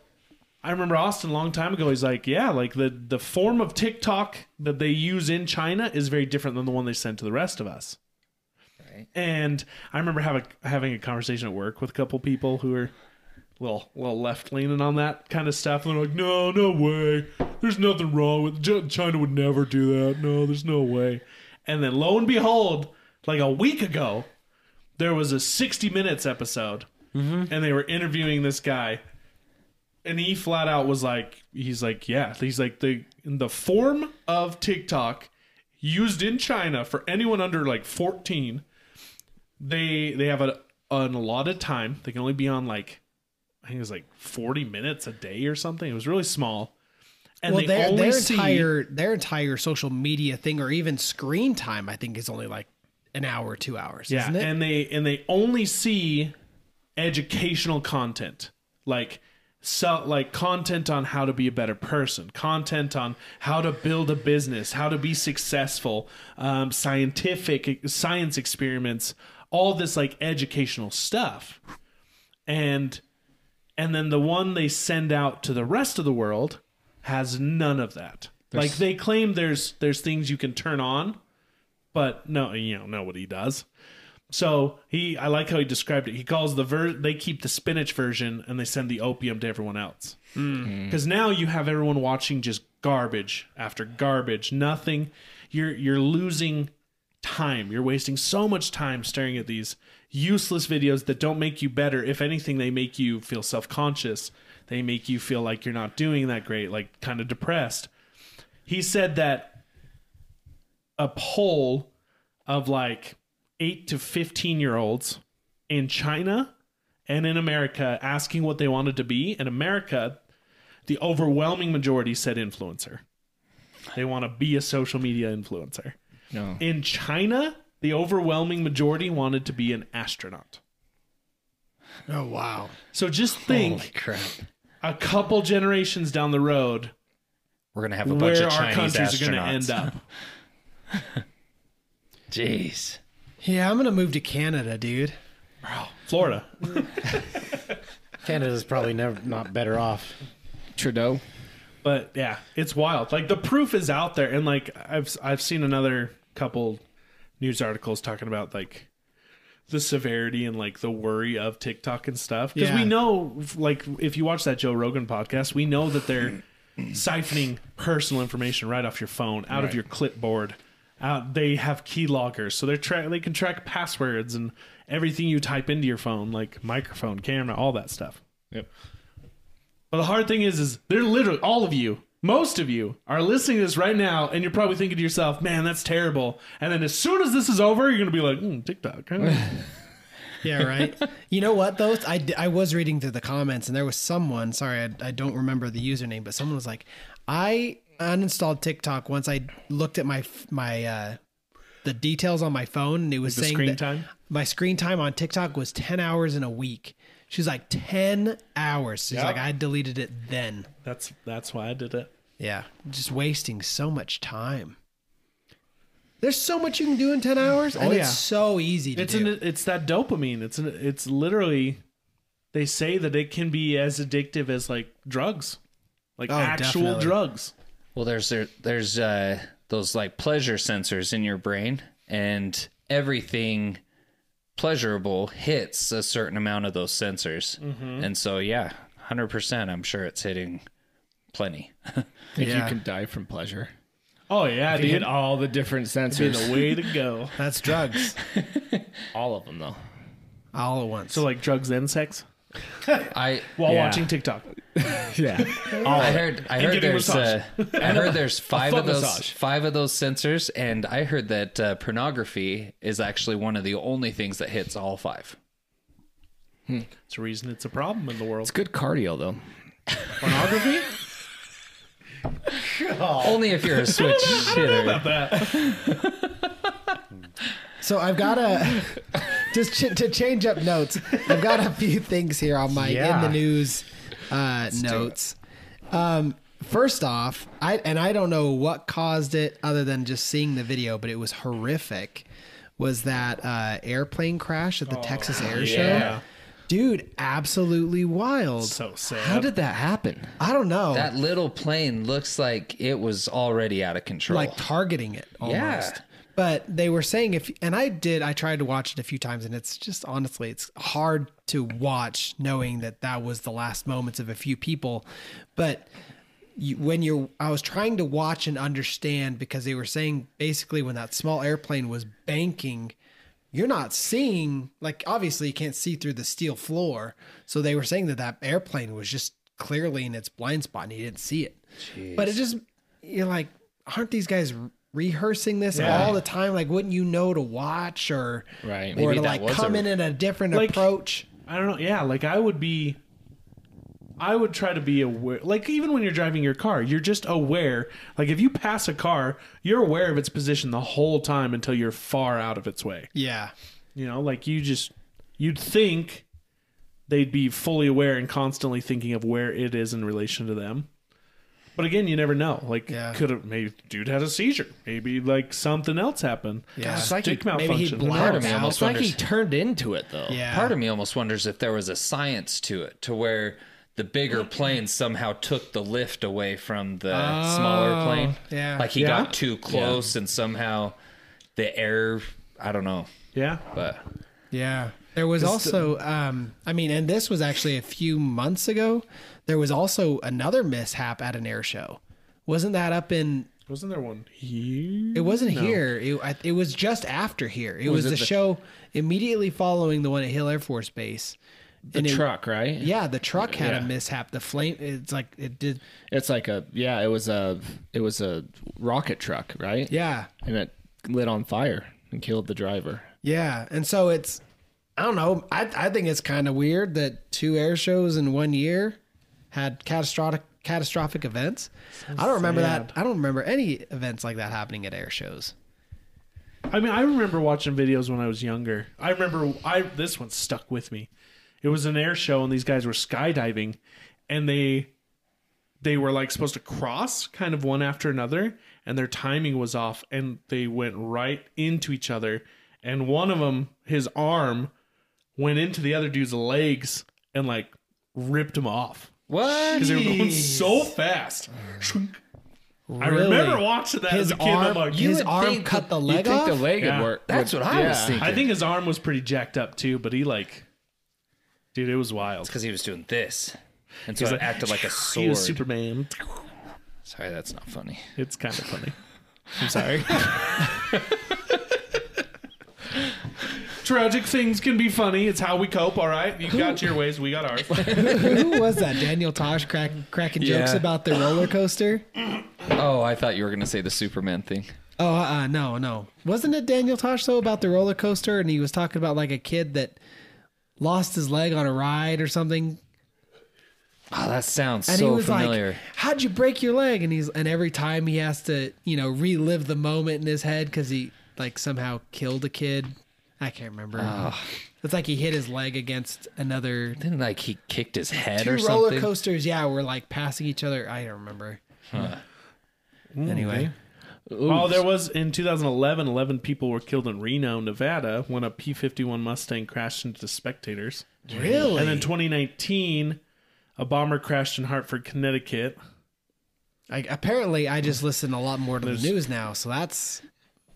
B: I remember Austin a long time ago. He's like, yeah, like the the form of TikTok that they use in China is very different than the one they send to the rest of us. And I remember having having a conversation at work with a couple people who are a little little left leaning on that kind of stuff. And they're like, no, no way. There's nothing wrong with Ch- China would never do that. No, there's no way. And then lo and behold, like a week ago, there was a 60 minutes episode,
C: Mm-hmm.
B: and they were interviewing this guy and he flat out was like he's like yeah he's like the the form of tiktok used in china for anyone under like 14 they they have a, an allotted time they can only be on like i think it was like 40 minutes a day or something it was really small and
C: well,
B: they
C: their,
B: only
C: their
B: see
C: entire their entire social media thing, or even screen time, I think is only like an hour, two hours,
B: yeah
C: isn't it?
B: and they and they only see educational content like so like content on how to be a better person content on how to build a business how to be successful um, scientific science experiments all this like educational stuff and and then the one they send out to the rest of the world has none of that like they claim there's there's things you can turn on but no you know nobody does so he, I like how he described it. He calls the ver. They keep the spinach version, and they send the opium to everyone else. Because now you have everyone watching just garbage after garbage. Nothing. You're you're losing time. You're wasting so much time staring at these useless videos that don't make you better. If anything, they make you feel self conscious. They make you feel like you're not doing that great. Like kind of depressed. He said that a poll of like eight to 15 year olds in China and in America asking what they wanted to be. In America, the overwhelming majority said influencer. They want to be a social media influencer.
D: No.
B: In China, the overwhelming majority wanted to be an astronaut.
C: oh wow,
B: So just think
E: Holy crap.
B: a couple generations down the road
E: We're going to have a bunch
B: where
E: of
B: our
E: Chinese
B: countries
E: astronauts.
B: are going to end up.
E: Jeez.
C: yeah, I'm gonna move to Canada, dude.
B: Florida.
A: Canada's probably never not better off.
D: Trudeau.
B: but yeah, it's wild. Like the proof is out there, and like I've I've seen another couple news articles talking about like the severity and like the worry of TikTok and stuff because we
C: Yeah.
B: know like if you watch that Joe Rogan podcast, we know that they're siphoning personal information right off your phone, out of your clipboard. Out, they have key loggers, so they're tra- they can track passwords and everything you type into your phone, like microphone, camera, all that stuff.
D: Yep.
B: But the hard thing is, is they're literally all of you, most of you, are listening to this right now, and you're probably thinking to yourself, "Man, that's terrible." And then as soon as this is over, you're gonna be like, mm, "TikTok." huh?"
C: Yeah, right. you know what though? I, d- I was reading through the comments and there was someone. Sorry, I, I don't remember the username, but someone was like, "I uninstalled TikTok once I looked at my f- my uh, the details on my phone and it was
B: The
C: saying
B: screen
C: that
B: time?
C: my screen time on TikTok was ten hours in a week." She's like ten hours. She's
B: Yeah.
C: like, "I deleted it then."
B: that's that's why I did it.
C: Yeah, just wasting so much time. There's so much you can do in ten hours, and
B: Oh, yeah.
C: it's so easy to
B: It's
C: do.
B: an, it's that dopamine. It's an, it's literally. They say that it can be as addictive as like drugs, like
C: Oh,
B: actual
C: definitely.
B: drugs.
E: Well, there's there, there's uh, those like pleasure sensors in your brain, and everything pleasurable hits a certain amount of those sensors, and so yeah, hundred percent. I'm sure it's hitting plenty.
D: I think
C: Yeah.
D: you can die from pleasure.
B: Oh yeah,
D: You hit
B: dude.
D: all the different
B: Be
D: sensors.
B: the way to go.
C: That's drugs
D: all of them, though.
C: all at once.
B: So like drugs and sex
E: I
B: while
D: Yeah.
B: watching TikTok.
D: Yeah.
E: I heard I heard
B: getting a
E: there's
B: massage.
E: uh, I heard there's five
D: foot
E: of those
D: massage.
E: five of those sensors, and I heard that uh, pornography is actually one of the only things that hits all five.
B: It's a reason it's a problem in the world.
D: It's good cardio, though.
B: pornography.
E: Only if you're a switch hitter.
C: So I've got a just ch- to change up notes. I've got a few things here on my in the news uh, notes. Um, first off, I and I don't know what caused it other than just seeing the video, but it was horrific. Was that uh, airplane crash at the Texas Air
B: yeah.
C: Show? Dude, absolutely wild.
B: so sad.
D: How did that happen?
C: I don't know,
E: That little plane looks like it was already out of control.
C: like targeting it almost.
E: Yeah.
C: But they were saying if, and I did, I tried to watch it a few times, and it's just honestly, it's hard to watch knowing that that was the last moments of a few people. But you, when you're, I was trying to watch and understand because they were saying basically when that small airplane was banking, you're not seeing, like, obviously you can't see through the steel floor. So they were saying that that airplane was just clearly in its blind spot and you didn't see it. But it just, you're like, aren't these guys rehearsing this all the time? Like, wouldn't you know to watch or,
D: Right.
C: or
E: Maybe
C: to like
E: that was
C: come
E: a-
C: in at a different
B: Like-
C: approach?
B: I don't know. Yeah, like I would be. I would try to be aware. Like even when you're driving your car, you're just aware. Like if you pass a car, you're aware of its position the whole time until you're far out of its way.
C: Yeah.
B: You know, like you just you'd think they'd be fully aware and constantly thinking of where it is in relation to them. But again, you never know. Like
C: Yeah.
B: could have maybe dude had a seizure. Maybe like something else happened.
C: Yeah.
B: Stick
C: It's
D: like he-
B: malfunction.
C: maybe he blacked
E: Part of me
C: out.
E: almost
D: It's like he
E: wonders-
D: turned into it, though.
C: Yeah.
E: Part of me almost wonders if there was a science to it, to where the bigger plane somehow took the lift away from the smaller plane.
C: yeah.
E: Like he
B: Yeah.
E: got too close and somehow the air, I don't know.
B: yeah.
E: But
C: Yeah. There was also, um, I mean, and this was actually a few months ago. There was also another mishap at an air show. Wasn't that up in?
B: Wasn't there one here?
C: It wasn't here. It, I- it was just after here. It was,
D: it
C: the,
D: the-
C: show immediately following the one at Hill Air Force Base.
D: The
C: it-
D: truck, right?
C: Yeah, the truck had a
D: Yeah.
C: mishap. The flame. It's like it did.
D: It's like a yeah. It was a it was a rocket truck, right?
C: Yeah,
D: And it lit on fire and killed the driver.
C: yeah. And so it's. I don't know. I I think it's kind of weird that two air shows in one year had catastrophic catastrophic events. I don't remember that. I don't remember any events like that happening at air shows.
B: I mean, I remember watching videos when I was younger. I remember I this one stuck with me. It was an air show and these guys were skydiving and they they were like supposed to cross kind of one after another and their timing was off and they went right into each other and one of them his arm went into the other dude's legs and like ripped him off
E: what?
B: because they were going so fast. I remember watching that
C: his
B: as a kid. I'm
C: arm.
B: like,
C: his
E: would
C: arm
E: think
C: cut
E: that-
C: the
D: You
C: leg
D: think
C: off.
D: the leg
B: Yeah.
D: would work?
E: That's
D: would-
E: what I was thinking.
B: I think his arm was pretty jacked up too, but he like, dude, it was wild.
E: Because he was doing this. And so it
B: like,
E: acted like a sword.
B: He was Superman.
E: Sorry, that's not funny.
B: It's kind of funny.
D: I'm sorry.
B: Tragic things can be funny. It's how we cope. All right, you got your ways, we got ours.
C: Who was that? Daniel Tosh crack, cracking jokes
E: Yeah.
C: about the roller coaster?
E: Oh, I thought you were going to say the Superman thing.
C: Oh, uh, uh, no, no. Wasn't it Daniel Tosh though about the roller coaster? And he was talking about like a kid that lost his leg on a ride or something.
E: Oh, that sounds
C: And he
E: so
C: was
E: familiar.
C: like, "How'd you break your leg?" And he's and every time he has to, you know, relive the moment in his head because he like somehow killed a kid. I can't remember. It's like he hit his leg against another.
E: Didn't like he kicked his head
C: Two
E: or
C: roller
E: something.
C: coasters, yeah, were like passing each other. I don't remember. Anyway,
B: Oh, there was in 2011, 11 people were killed in Reno, Nevada, when a P-51 Mustang crashed into spectators.
C: really,
B: And in 2019, a bomber crashed in Hartford, Connecticut.
C: I, apparently, I just listen a lot more to
B: There's-
C: the news now, so that's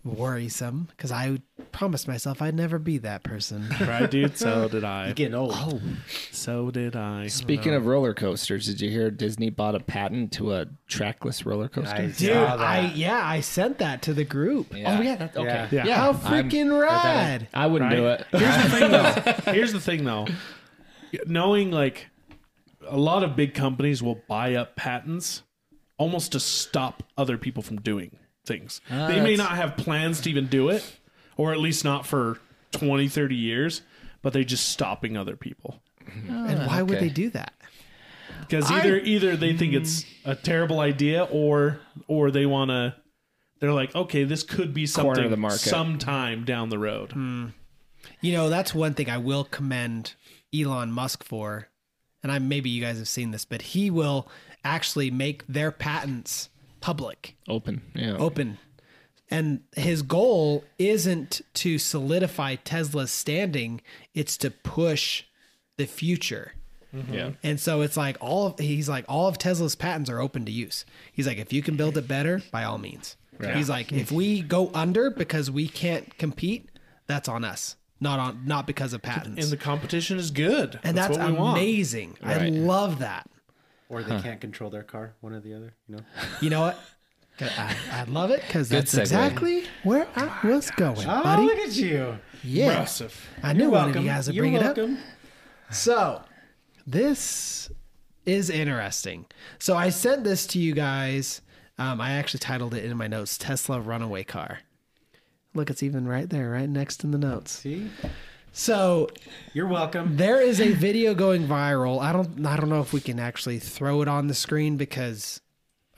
C: worrisome because I promised myself I'd never be that person.
B: Right, dude? So did I.
A: Getting old.
B: So did I.
D: Speaking
B: Mm-hmm.
D: of roller coasters, did you hear Disney bought a patent to a trackless roller coaster?
E: I
C: Dude,
E: saw that.
C: I yeah, I sent that to the group.
E: Yeah.
D: Oh yeah, that's okay.
A: Yeah.
B: Yeah.
C: How
E: I'm-
C: freaking
E: that-
C: rad!
D: I wouldn't do
B: Right?
D: it.
B: Here's the thing, though. Here's the thing, though. Knowing like a lot of big companies will buy up patents almost to stop other people from doing things.
C: Ah,
B: they may
E: that's-
B: not have plans to even do it, or at least not for 20, 30 years, but they're just stopping other people.
C: and why would
E: Oh. okay.
C: they do that?
B: Because either either they think it's a terrible idea or or they wanna they're like, okay, this could be
D: Corner
B: something
D: the market.
B: sometime down the road.
C: Hmm. You know, that's one thing I will commend Elon Musk for. And I maybe you guys have seen this, but he will actually make their patents public,
D: Open. Yeah.
C: open. And his goal isn't to solidify Tesla's standing, it's to push the future.
B: Mm-hmm.
D: Yeah.
C: And so it's like all of, he's like all of Tesla's patents are open to use. He's like if you can build it better, by all means. He's like if we go under because we can't compete, that's on us, not on not because of patents.
B: And the competition is good.
C: and that's,
B: what we want.
C: amazing. I
D: Right.
C: love that.
A: Or they can't control their car, one or the other. You know.
C: You know what? I, I love it because that's
E: segue.
C: exactly where I was going, buddy.
A: Oh, look at you.
C: Yeah, I knew one of you guys would bring it up.
A: welcome.
C: So, this is interesting. So, I sent this to you guys. Um, I actually titled it in my notes Tesla Runaway Car. Look, it's even right there, right next in the notes.
A: See,
C: So,
A: you're welcome.
C: there is a video going viral. I don't I don't know if we can actually throw it on the screen because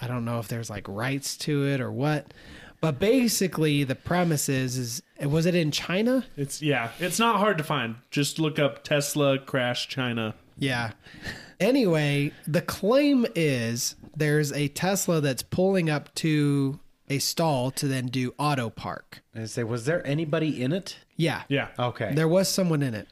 C: I don't know if there's like rights to it or what. But basically the premise is is was it in China?
B: It's yeah, it's not hard to find. Just look up Tesla crash China.
C: Yeah. Anyway, the claim is there's a Tesla that's pulling up to a stall to then do auto park.
A: And say, was there anybody in it?
C: Yeah.
B: Yeah.
A: Okay.
C: There was someone in it.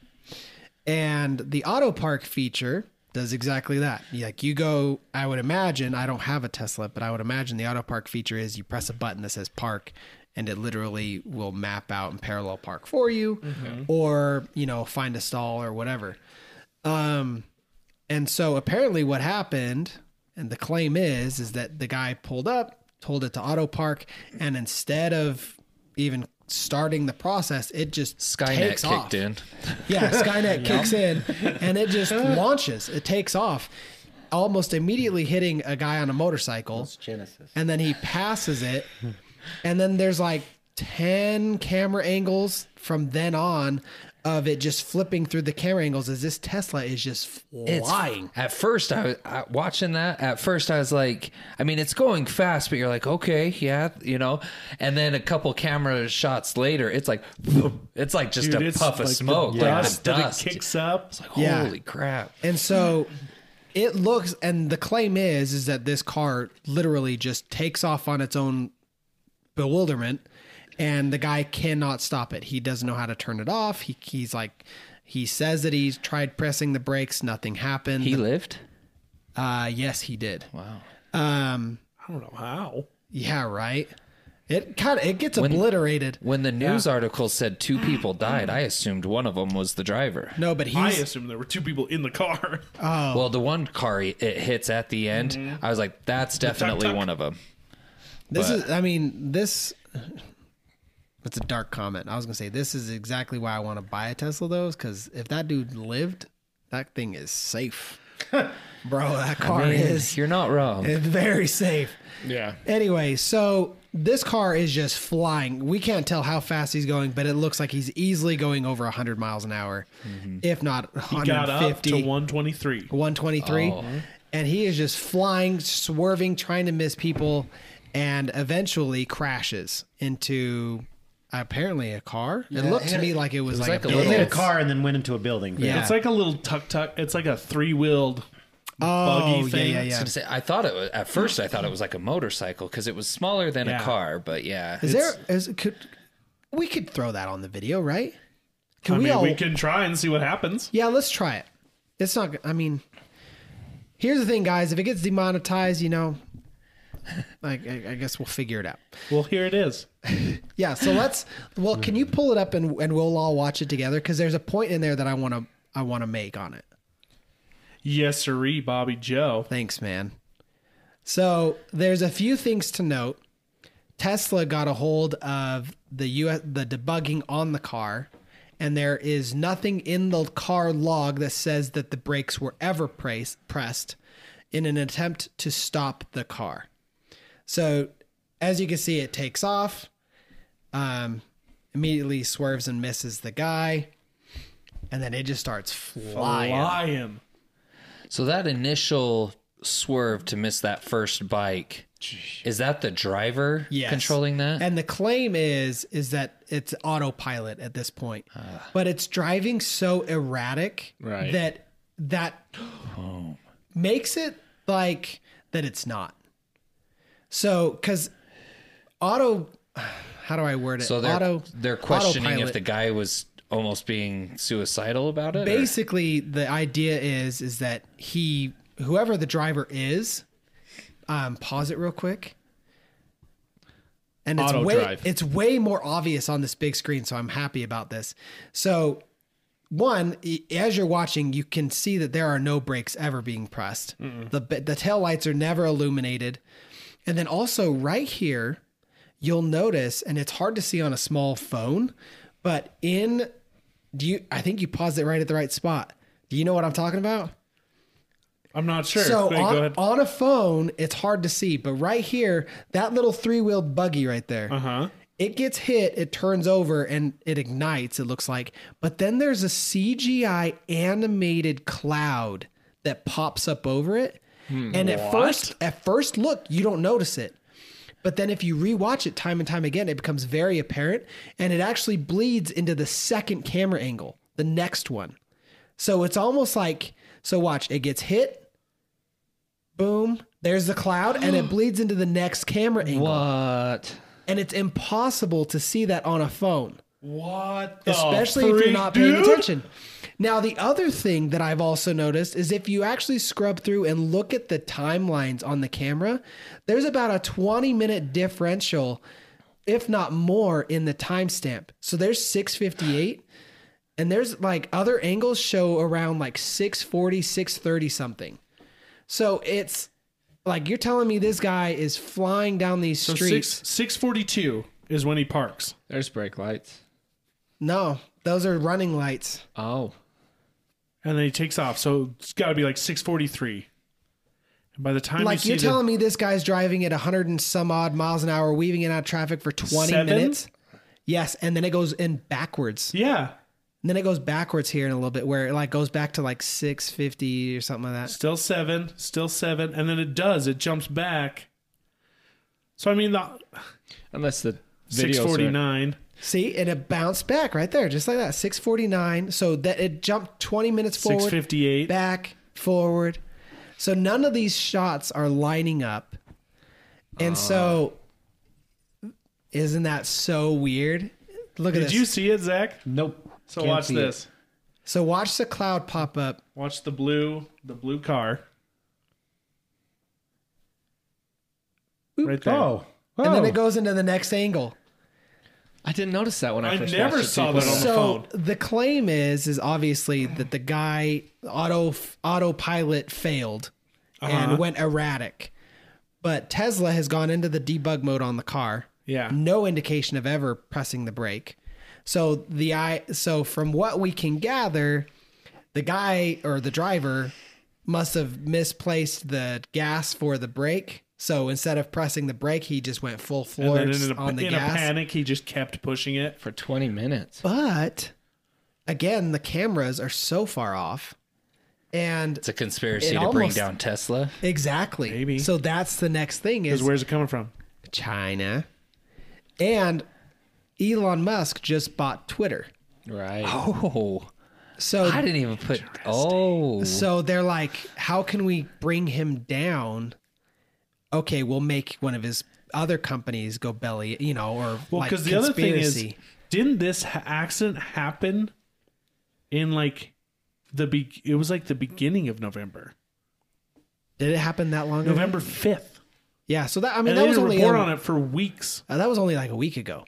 C: And the auto park feature does exactly that. You- Like you go, I would imagine, I don't have a Tesla, but I would imagine the auto park feature is you press a button that says park and it literally will map out and parallel park for you or, you know, find a stall or whatever. Um and so apparently what happened and the claim is is that the guy pulled up, told it to auto park and instead of even starting the process, it just
E: Skynet
C: takes
E: kicked
C: off.
E: in.
C: Yeah, Skynet kicks in and it just launches. It takes off, almost immediately hitting a guy on a motorcycle.
A: Genesis.
C: And then he passes it. And then there's like 10 camera angles from then on of it just flipping through the camera angles as this Tesla is just flying.
E: At first, I was I, watching that. At first, I was like, I mean, it's going fast, but you're like, okay, yeah, you know. And then a couple camera shots later, it's like, it's like just
B: Dude,
E: a
B: it's
E: puff of
B: like the
E: smoke, like the
B: dust that it
E: dust.
B: kicks up.
E: It's like,
C: Yeah.
E: holy crap!
C: And so it looks and the claim is is that this car literally just takes off on its own bewilderment and the guy cannot stop it. He doesn't know how to turn it off. He he's like he says that he's tried pressing the brakes, nothing happened.
E: He lived.
C: uh yes, he did.
E: Wow.
C: Um
B: I don't know how.
C: yeah, right. It kind of it gets obliterated.
E: When the news article said two
C: Mm-hmm.
E: people died, I assumed one of them was the driver.
C: No, but
B: I
C: he's
B: assume there were two people in the car.
E: Well, the one car it hits at the end,
C: Mm-hmm.
E: I was like, that's definitely
B: tuk-tuk.
E: one of them.
C: This is, I mean, this. That's a dark comment. I was gonna say this is exactly why I want to buy a Tesla though, because if that dude lived, that thing is safe, bro. That car is
E: You're not wrong.
C: it's very safe.
D: Yeah.
C: Anyway, so this car is just flying. We can't tell how fast he's going, but it looks like he's easily going over 100 miles an hour, if not
B: Mm-hmm. He got up to
C: 150,
B: 123.
C: Oh, 123. And he is just flying, swerving, trying to miss people, and eventually crashes into apparently a car. it looked to me like it was, like, a,
A: It hit a
C: little.
A: car and then went into a building.
C: Yeah. Oh,
B: It's like a little tuk tuk. It's like a three wheeled buggy
C: yeah,
B: thing.
C: yeah, yeah.
E: I was gonna say, I thought it was, at first I thought it was like a motorcycle because it was smaller than
B: Yeah.
E: a car, but yeah.
C: Is there? Is could we could throw that on the video, right? Can
B: I
C: we
B: mean,
C: all
B: we can try and see what happens.
C: Yeah, let's try it. It's not. I mean, here's the thing, guys. If it gets demonetized, you know, like I, I guess we'll figure it out.
B: Well, here it is.
C: Yeah. So let's. Well, can you pull it up and and we'll all watch it together? Because there's a point in there that I want to I want to make on it.
B: Yes, sirree, Bobby Joe.
C: Thanks, man. So there's a few things to note. Tesla got a hold of the US, the debugging on the car, and there is nothing in the car log that says that the brakes were ever press, pressed in an attempt to stop the car. So as you can see, it takes off, um, immediately swerves and misses the guy, and then it just starts flying.
B: Lion.
E: So that initial swerve to miss that first bike, is that the driver
C: Yes.
E: controlling that?
C: And the claim is is that it's autopilot at this point,
E: Ah.
C: but it's driving so erratic
D: Right.
C: that that makes it like that it's not. So because auto, how do I word it?
E: so they're
C: auto,
E: they're questioning if
C: autopilot.
E: the guy was almost being suicidal about it. or-
C: basically the idea is is that he whoever the driver is um pause it real quick and it's
D: Auto
C: way
D: drive.
C: it's way more obvious on this big screen so i'm happy about this so one i- as you're watching you can see that there are no brakes ever being pressed the the tail lights are never illuminated and then also right here you'll notice and it's hard to see on a small phone but in do you i think you paused it right at the right spot do you know what i'm talking about
B: I'm not sure.
C: so
B: Wait, go
C: on,
B: ahead.
C: on a phone it's hard to see but right here that little three-wheeled buggy right there uh-huh it gets hit it turns over and it ignites it looks like but then there's a cgi animated cloud that pops up over it
B: Hmm,
C: and at first at first look you don't notice it but then if you rewatch it time and time again, it becomes very apparent and it actually bleeds into the second camera angle, the next one. So it's almost like so watch, it gets hit, boom, there's the cloud, and it bleeds into the next camera angle.
D: What?
C: And it's impossible to see that on a phone
B: what? The
C: especially if you're
B: Oh, freak,
C: not paying
B: dude?
C: attention. Now, the other thing that I've also noticed is if you actually scrub through and look at the timelines on the camera, there's about a 20 minute differential, if not more, in the timestamp. So there's 658, and there's like other angles show around like 640, 630 something. So it's like you're telling me this guy is flying down these
B: So
C: streets.
B: six six forty two is when he parks.
D: There's brake lights.
C: no, those are running lights.
D: Oh.
B: and then he takes off. So it's got to be like six forty three. And by the time
C: like
B: you
C: you're
B: see
C: telling me this guy's driving at 100 and some odd miles an hour weaving in and out of traffic for 20
B: Seven?
C: minutes yes and then it goes in backwards
B: the, yeah,
C: and then it goes backwards here in a little bit where it like goes back to like 650 or something like that
B: still seven, still seven, and then it does. It jumps back. So I mean the
D: Unless the
B: six
D: videos
B: forty
D: are
B: nine.
C: see and it bounced back right there just like that 649 so that it jumped 20 minutes forward
B: 658.
C: back forward so none of these shots are lining up and so isn't that so weird look at
B: Did
C: this
B: you see it, Zach?
A: Nope.
B: So
A: Can't
B: watch
A: see it.
B: this.
C: so watch the cloud pop up
B: Watch the blue, the blue car. Right there.
A: Oh. oh.
C: and then it goes into the next angle.
D: I didn't notice that when I,
B: I
D: first
B: never
D: watched it,
B: saw
D: people.
B: that on the
C: So
B: phone.
C: the claim is is obviously that the guy auto autopilot failed
B: Uh-huh.
C: and went erratic. But Tesla has gone into the debug mode on the car
B: Yeah.
C: no indication of ever pressing the brake. So the I so from what we can gather, the guy or the driver must have misplaced the gas for the brake. So instead of pressing the brake, he just went full
B: And
C: floor
B: then in, a,
C: on the
B: in a
C: gas.
B: panic, he just kept pushing it.
D: for 20 minutes.
C: Oh, But again, the cameras are so far off. And
E: It's a conspiracy
C: It
E: to bring
C: almost-
E: down Tesla.
C: exactly.
B: Maybe.
C: So that's the next thing is
B: Because where's it coming from?
C: China. And Elon Musk just bought Twitter.
D: Right.
E: Oh,
C: So
E: I didn't even put. Oh,
C: So they're like, how can we bring him down? Okay, we'll make one of his other companies go belly, you know, or
B: Well,
C: like
B: because the other thing is,
C: conspiracy.
B: didn't this ha- accident happen in like the be? It was like the beginning of November,
C: did it happen that long ago?
B: November fifth,
C: Yeah, so that Mm-hmm. I mean
B: and
C: that
B: they
C: was
B: didn't
C: only
B: report
C: a-
B: on it for weeks.
C: uh, that was only like a week ago.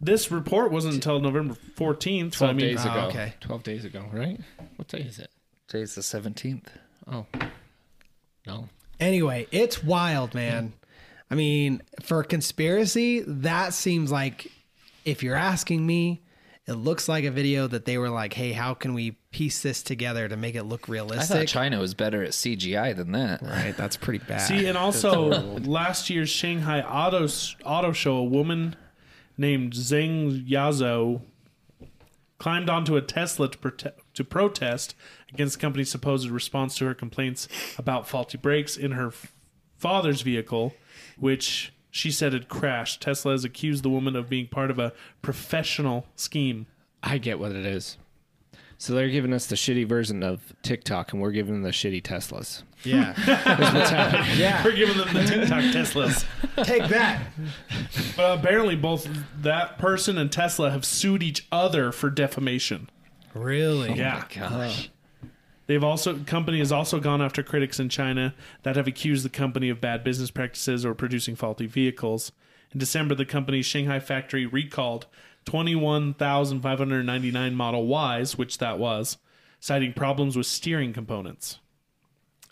B: This report wasn't until November fourteenth. So I
D: 12
B: mean,
D: days ago.
C: okay.
D: 12 days ago, right? What day is it?
E: today's the seventeenth.
D: Oh. No.
C: Anyway, it's wild, man. I mean, for a conspiracy, that seems like if you're asking me, it looks like a video that they were like, "Hey, how can we piece this together to make it look
E: I
C: realistic?"
E: thought China was better at CGI than that.
C: right, that's pretty bad.
B: See, and also last year's Shanghai Auto Auto Show, a woman named Zheng Yazo climbed onto a Tesla to, prote- to protest against the company's supposed response to her complaints about faulty brakes in her f- father's vehicle, which she said had crashed. Tesla has accused the woman of being part of a professional scheme.
D: I get what it is. So they're giving us the shitty version of TikTok, and we're giving them the shitty Teslas.
B: We're giving them the TikTok Teslas.
C: Take that.
B: But apparently, both that person and Tesla have sued each other for defamation.
C: Really?
B: Yeah. They've also company has also gone after critics in China that have accused the company of bad business practices or producing faulty vehicles. In December, the company's Shanghai factory recalled 21,599 Model Ys, which that was, citing problems with steering components.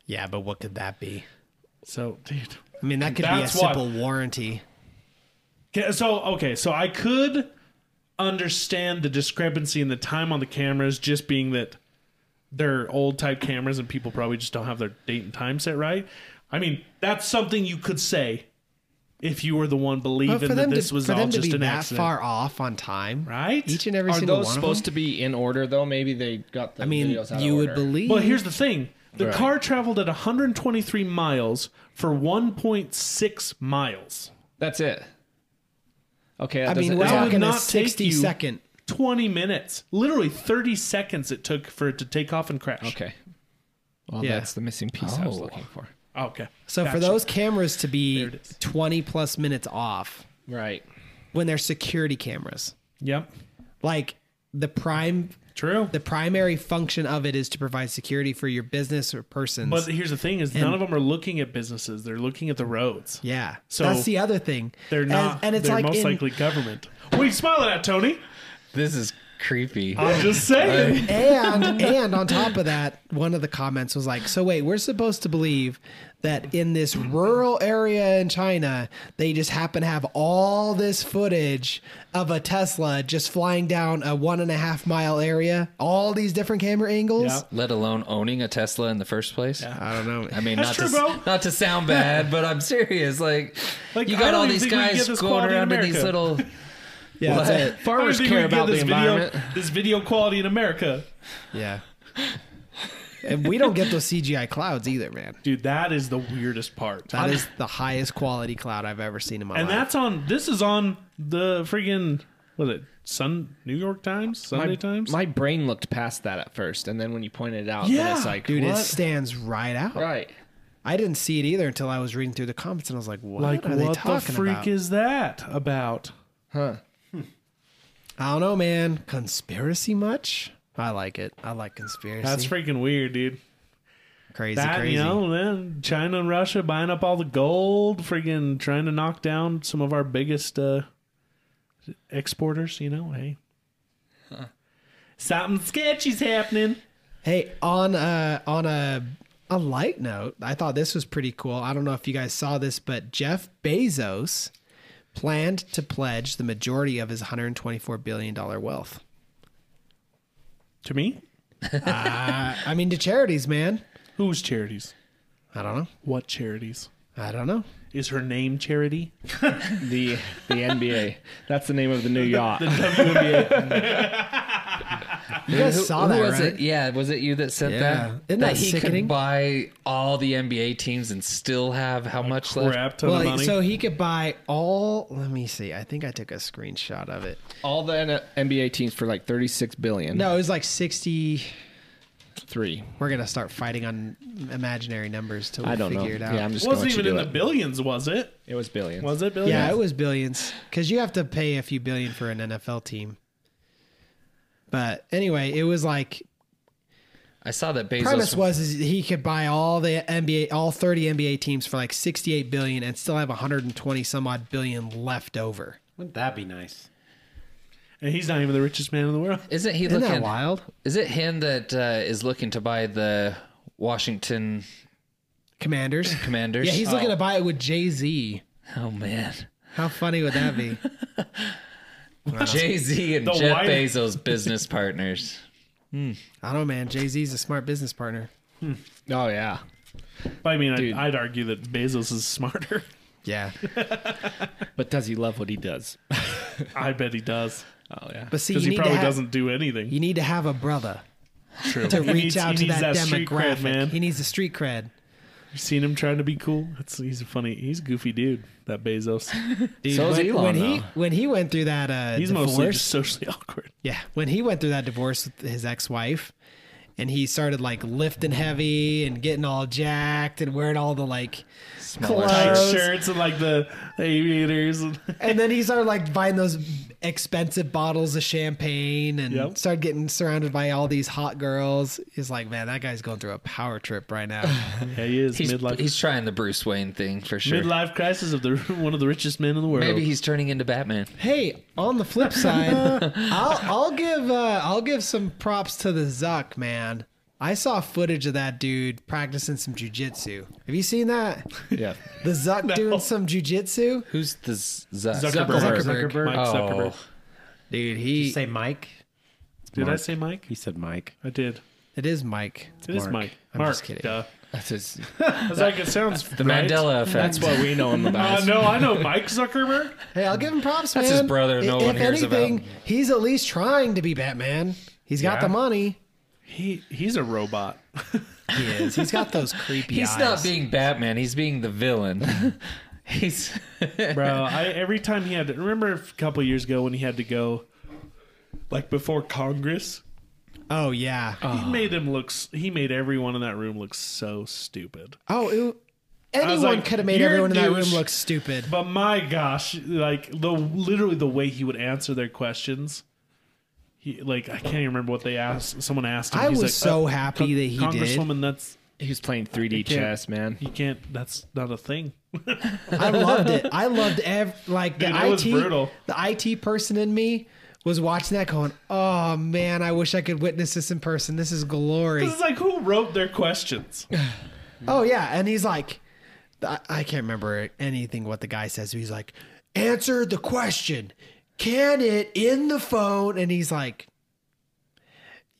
C: Yeah, but what could that be?
B: So, dude.
C: I mean, that could
B: That's
C: be a
B: why-
C: simple warranty.
B: Okay, So, okay, so I could understand the discrepancy in the time on the cameras just being that they're old type cameras and people probably just don't have their date and time set right. I mean, that's something you could say if you were the one
C: But for
B: believing
C: them
B: that this
C: to,
B: was
C: for
B: all
C: them to
B: just
C: be
B: an
C: that
B: accident.
C: far off on time,
B: Right?
C: Each and every
D: Are
C: single
D: those
C: one
D: supposed
C: of
D: to be in order, though? Maybe they got the
C: them. I mean,
D: videos out
C: you
D: of
C: would
D: order.
C: believe.
B: Well, here's the thing. The
D: Right.
B: car traveled at 123 miles for 1.6 miles.
D: That's it. Okay. That
C: I mean,
D: doesn't-
C: we're
D: yeah.
B: would
C: talking a
B: not take
C: sixty
B: you-
C: second.
B: 20 minutes. Literally 30 seconds it took for it to take off and crash.
D: Okay. Well,
C: Yeah.
D: that's the missing piece I was
E: Oh.
D: looking for.
B: Okay.
C: So for
B: Gotcha.
C: those cameras to be
B: There it is.
C: twenty plus minutes off
D: Right.
C: when they're security cameras,
B: Yep.
C: like the prime,
B: True.
C: the primary function of it is to provide security for your business or persons.
B: But here's the thing: is none of them are looking at businesses; they're looking at the roads.
C: yeah, so
B: So
C: that's the other thing.
B: They're
C: And-
B: not,
C: and, it's
B: they're
C: like
B: most
C: in-
B: likely government. What are you smiling at, Tony?
E: This is creepy.
B: I'm just saying.
C: and and on top of that, one of the comments was like, "So wait, we're supposed to believe that in this rural area in China, they just happen to have all this footage of a Tesla just flying down a one and a half mile area, all these different camera angles."
B: Yeah.
E: Let alone owning a Tesla in the first place.
C: I don't know.
E: I mean,
B: That's
E: not
B: true,
E: to,
B: bro.
E: not to sound bad, but I'm serious. Like,
B: Like,
E: you
B: I
E: got
B: don't
E: all
B: even
E: these
B: think we can
E: guys
B: get this
E: going
B: quality in
E: around in these
B: America.
E: little.
C: yeah, that's it.
D: Farmers care about the
B: this
D: environment.
B: Video, this video quality in America,
C: Yeah. And we don't get those CGI clouds either, man.
B: dude. That is the weirdest part.
C: That is the highest quality cloud I've ever seen in my
B: and
C: life.
B: that's on. This is on the friggin' was it Sun New York Times Sunday
D: My,
B: Times.
D: my brain looked past that at first, and then when you pointed it out, then
B: Yeah,
D: it's like,
C: Dude, it
D: what?
C: stands right out.
D: right.
C: I didn't see it either until I was reading through the comments and I was like, what
B: like
C: are
B: what
C: they
B: the
C: talking
B: freak
C: about?
B: is that about?
D: Huh.
C: I don't know, man. Conspiracy much? I like it. I like conspiracy.
B: That's freaking weird, dude.
C: crazy,
B: That
C: crazy.
B: you know, then China and Russia buying up all the gold, friggin' trying to knock down some of our biggest uh, exporters. You know, hey, something sketchy's happening.
C: Hey, on a, on a a light note, I thought this was pretty cool. I don't know if you guys saw this, but Jeff Bezos planned to pledge the majority of his 124 billion dollar wealth.
B: To me,
C: I mean, to charities, man.
B: whose charities?
C: I don't know.
B: What charities?
C: I don't know.
B: Is her name charity?
D: The the NBA. That's the name of the new yacht.
C: You guys saw that,
E: was
C: right?
E: it? Yeah, was it you that said
C: Yeah.
E: that?
C: Isn't that
E: he
C: sickening?
E: could buy all the NBA teams and still have how much left?
B: Crap ton
C: Well,
B: of money.
C: so he could buy all. Let me see. I think I took a screenshot of it.
D: All the N- NBA teams for like 36 billion.
C: No, it was like 60.
D: three.
C: We're gonna start fighting on imaginary numbers till we
D: I don't know.
C: figure it out.
D: Yeah, I'm just.
B: wasn't
D: gonna let
B: even
D: you
B: in
D: do
B: the
D: it.
B: billions, was it?
D: It was billions.
B: Was it billions?
C: Oh, yeah, it was billions because you have to pay a few billion for an NFL team. But anyway, it was like
E: I saw that Bezos
C: premise was is he could buy all the NBA, all 30 NBA teams for like 68 billion and still have 120 some odd billion left over.
A: Wouldn't that be nice?
B: and he's not even the richest man in the world.
E: Isn't he
C: Isn't
E: looking?
C: that wild?
E: Is it him that uh, is looking to buy the Washington
C: Commanders.
E: Commanders?
C: Yeah, he's looking to buy it with Jay Z.
E: Oh man,
C: How funny would that be?
E: Jay Z and
B: The
E: Jeff
B: wine-
E: Bezos business partners.
C: I don't know, man. Jay Z's a smart business partner.
D: Oh yeah.
B: But I mean, I'd,
D: Dude.
B: I'd argue that Bezos is smarter.
C: Yeah.
D: But does he love what he does?
B: I bet he does
D: Oh yeah.
C: But see, you
B: because he
C: need to
B: probably
C: have-
B: doesn't do anything.
C: You need to have a brother
B: True.
C: to
B: He
C: reach
B: needs-
C: out to
B: he needs
C: that,
B: street
C: demographic.
B: cred, man.
C: He needs the street cred.
B: You've seen him trying to be cool. It's, he's a funny. He's a goofy dude. That Bezos.
C: Dude,
D: So is
C: when,
D: Elon,
C: when he
D: though.
C: when he went through that uh,
B: He's
C: divorce,
B: mostly just socially awkward.
C: yeah, when he went through that divorce with his ex-wife, and he started like lifting heavy and getting all jacked and wearing all the like
B: Tight
C: clothes.
B: shirts and like the aviators. And
C: And then he started like buying those expensive bottles of champagne and
B: Yep.
C: started getting surrounded by all these hot girls. He's like, man, that guy's going through a power trip right now.
B: yeah, he is
E: He's
B: midlife.
E: he's trying the Bruce Wayne thing for sure.
B: midlife crisis of the one of the richest men in the world.
E: Maybe he's turning into Batman.
C: hey, on the flip side, I'll, I'll give uh, I'll give some props to the Zuck man. I saw footage of that dude practicing some jujitsu. Have you seen that?
D: Yeah.
C: The Zuck doing some jujitsu,
E: Who's the Z- Zuck-
B: Zuckerberg.
E: Zuckerberg.
A: Zuckerberg.
B: Mike Zuckerberg.
E: Oh,
C: dude. He
A: Say Mike.
B: Did I say Mike?
A: He said Mike.
B: I did.
C: it is Mike.
B: It is Mike.
C: I'm
B: Mark.
C: just kidding.
B: Duh.
D: That's his.
B: I was like, it sounds
E: the Mandela effect.
D: That's what we know him about.
B: Uh, no, I know Mike Zuckerberg.
C: Hey, I'll give him props, man.
E: That's his brother no
C: if
E: one hears about.
C: anything, He's at least trying to be Batman. He's got the money.
B: He he's a robot.
C: He is. He's got those creepy
E: He's
C: eyes.
E: not being Batman. He's being the villain. he's
B: Bro, I every time he had to remember a couple years ago when he had to go like before Congress,
C: Oh yeah.
B: he made him look s- he made everyone in that room look so stupid.
C: Oh, it,
B: was
C: anyone
B: like,
C: could have made
B: "You're
C: everyone in that
B: douche."
C: room look stupid.
B: But my gosh, like the literally the way he would answer their questions. He, like I can't even remember what they asked. Someone asked him.
C: I
B: he's
C: was
B: like, "Oh,
C: so happy that he did."
B: Congresswoman, that's
D: He was playing
B: can't-
D: 3D chess, man.
B: you can't. That's not a thing.
C: I loved it. I loved ev- like the
B: Dude, it
C: IT
B: was brutal.
C: the IT person in me was watching that going, "Oh man, I wish I could witness this in person. This is glory."
B: This is like who wrote their questions?
C: oh yeah, and he's like I, I can't remember anything what the guy says. He's like, "Answer the question. Can it in the phone?" And he's like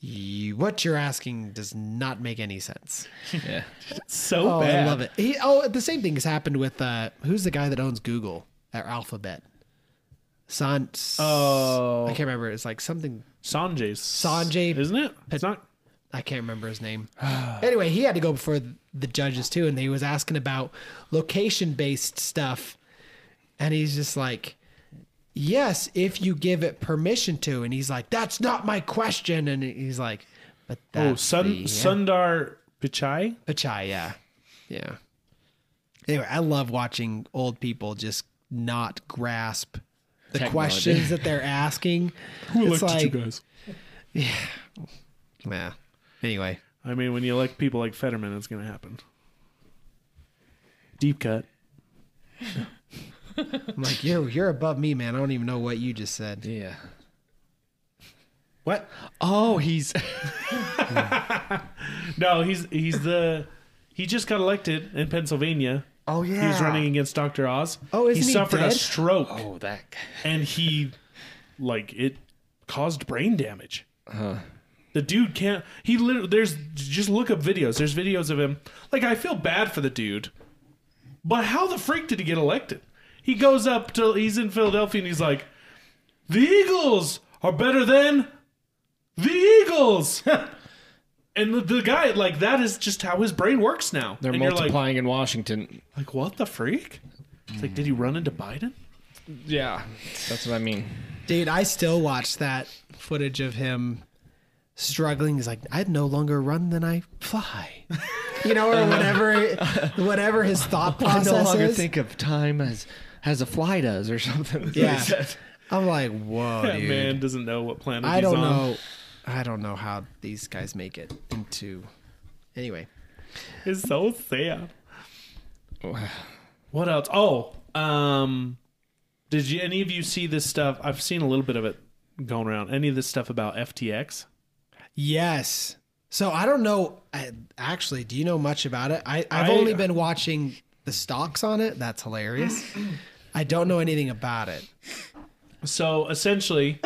C: "You- what you're asking does not make any sense.
D: Yeah.
B: So
C: Oh,
B: bad.
C: I love it. He, oh, the same thing has happened with uh, who's the guy that owns Google or Alphabet? San.
B: Oh.
C: I can't remember. It's like something.
B: Sanjay's
C: Sanjay-
B: isn't it? It's not.
C: I can't remember his name. anyway, he had to go before th- the judges too, and he was asking about location-based stuff, and he's just like, "Yes, if you give it permission to," and he's like, "That's not my question," and he's like, "But
B: Oh,
C: that's
B: Sun,
C: the
B: Sundar Pichai.
C: Pachai, yeah. Yeah. Anyway, I love watching old people just not grasp the
D: Technology.
C: questions that they're asking. it's like,
B: guys?
C: yeah. Anyway,
B: I mean, when you elect people like Fetterman, it's going to happen. Deep cut.
C: I'm like, you're you're above me, man. I don't even know what you just said.
D: Yeah.
C: What?
D: Oh, he's.
B: No, he's he's the he just got elected in Pennsylvania.
E: Oh,
B: He was
E: yeah.
B: running against Doctor Oz.
C: Oh, isn't he
B: suffered a
C: dead?
B: stroke,
E: Oh, that. guy.
B: and he, like, it caused brain damage.
E: Uh-huh.
B: The dude can't. He literally. There's just look up videos. There's videos of him. Like, I feel bad for the dude, but how the freak did he get elected? He goes up to. He's in Philadelphia, and he's like, "The Eagles are better than the Eagles." And the, the guy, like, that is just how his brain works now.
D: They're
B: and You're like,
D: multiplying in Washington.
B: like what the freak? It's like, did he run into Biden?
D: Yeah, that's what I mean.
C: Dude, I still watch that footage of him struggling. He's like, I'd no longer run than I fly. You know, or whatever, whatever his thought
D: I
C: process
D: no longer
C: is.
D: think of time as as a fly does or something.
C: yeah, I'm like, whoa,
B: That
C: dude.
B: man doesn't know what planet
C: I
B: he's
C: don't
B: on.
C: know. I don't know how these guys make it into. Anyway,
B: It's so sad. What else? Oh, um, did you any of you see this stuff? I've seen a little bit of it going around. Any of this stuff about FTX?
C: yes. So I don't know. I, actually, do you know much about it? I, I've
B: I-
C: only been watching the stocks on it. That's hilarious. I don't know anything about it.
B: So essentially,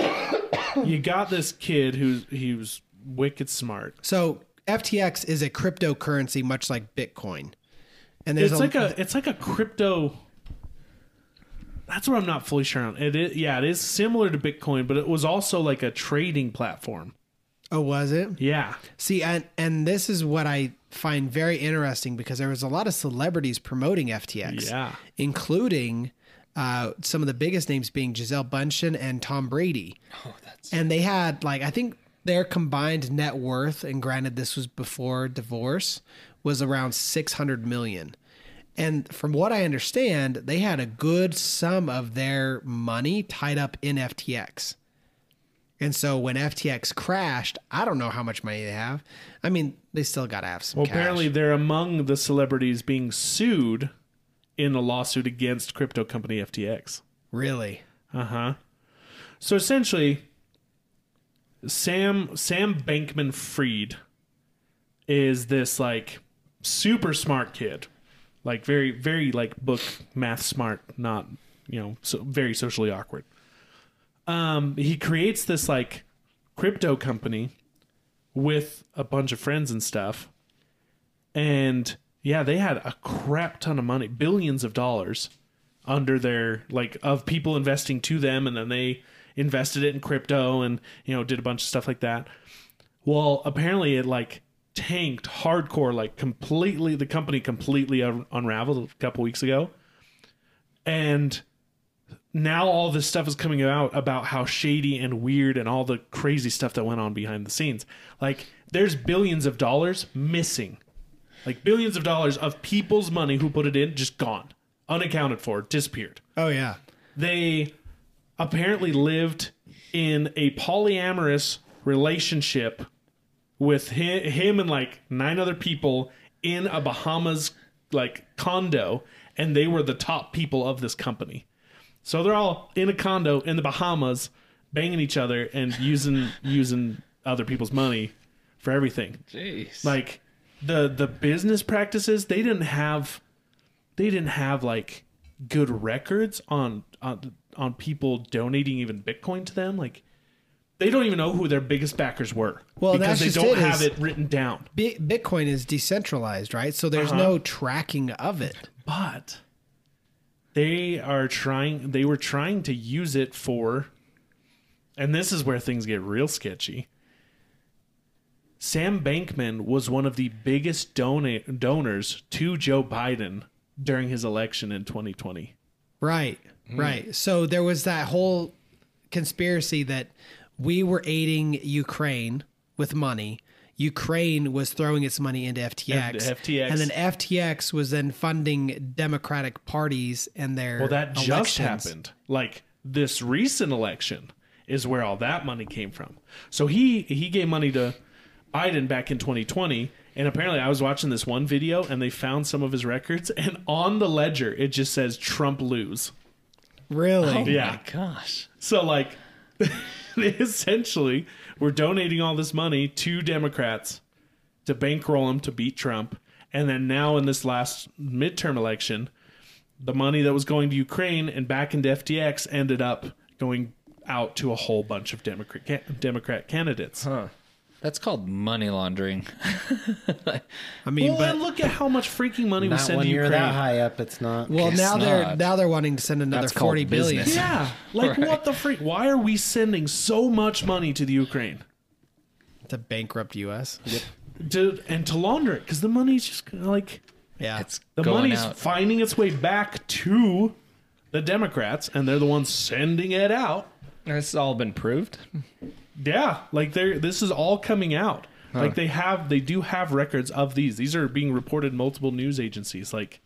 B: you got this kid who he was wicked smart.
C: So FTX is a cryptocurrency, much like Bitcoin. And there's
B: it's
C: a,
B: like a it's like a crypto. That's what I'm not fully sure on. It is, yeah, it is similar to Bitcoin, but it was also like a trading platform.
C: oh, was it?
B: Yeah,
C: See, and and this is what I find very interesting because there was a lot of celebrities promoting FTX,
B: Yeah.
C: including uh, some of the biggest names being Giselle Bundchen and Tom Brady. Oh, that's and they had like I think their combined net worth, and granted this was before divorce, was around six hundred million. And from what I understand, they had a good sum of their money tied up in FTX. And so when FTX crashed, I don't know how much money they have. I mean, they still got to have some
B: Well,
C: cash.
B: apparently they're among the celebrities being sued in a lawsuit against crypto company FTX.
C: really.
B: Uh huh. So essentially, Sam Sam Bankman Freed is this like super smart kid, like very very like book math smart, not you know so very socially awkward. Um, he creates this like crypto company with a bunch of friends and stuff, and yeah, they had a crap ton of money, billions of dollars under their like of people investing to them and then they invested it in crypto and you know did a bunch of stuff like that well apparently it like tanked hardcore like completely the company completely un- unraveled a couple weeks ago and now all this stuff is coming out about how shady and weird and all the crazy stuff that went on behind the scenes like there's billions of dollars missing like billions of dollars of people's money who put it in just gone unaccounted for disappeared
C: Oh yeah.
B: they apparently lived in a polyamorous relationship with him, him and like nine other people in a bahamas like condo and they were the top people of this company so they're all in a condo in the bahamas banging each other and using using other people's money for everything
E: Jeez.
B: like the the business practices they didn't have they didn't have like good records on on on people donating even bitcoin to them like they don't even know who their biggest backers were
C: Well, that's
B: because they
C: just
B: don't
C: it
B: have
C: is-
B: it written down
C: Bi- Bitcoin is decentralized, right? So there's
B: Uh-huh.
C: no tracking of it.
B: but they are trying they were trying to use it for and this is where things get real sketchy sam bankman was one of the biggest dona- donors to joe biden during his election in 2020
C: Right.
B: Hmm.
C: Right. So there was that whole conspiracy that we were aiding Ukraine with money. Ukraine was throwing its money into FTX.
B: And FTX.
C: And then FTX was then funding Democratic parties and their
B: well that just
C: elections.
B: happened like this recent election is where all that money came from so he he gave money to biden back in 2020 and apparently i was watching this one video and they found some of his records and on the ledger it just says trump lose
C: Really?
B: yeah
E: Oh Gosh.
B: so like they essentially we're donating all this money to democrats to bankroll him to beat trump And then now in this last midterm election, the money that was going to Ukraine and back into FTX ended up going out to a whole bunch of Democrat ca- Democrat candidates.
E: That's called money laundering.
A: I mean,
B: Well, and look at how much freaking money we
A: not
B: send
A: when
B: to
A: you're
B: Ukraine.
A: that high up, it's not.
C: Well,
E: Guess
C: now they're
E: not.
C: now they're wanting to send another
E: That's called
C: forty billion.
E: business.
B: Yeah, like what the freak? Why are we sending so much money to the Ukraine
C: to bankrupt U.S.
B: to and to launder it? Because the money's just kinda like
C: Yeah,
E: It's
B: the
E: going
B: money's
E: out.
B: finding its way back to the Democrats, and they're the ones sending it out.
D: It's all been proved.
B: Yeah, like they're this is all coming out. Like they have they do have records of these. These are being reported in multiple news agencies. Like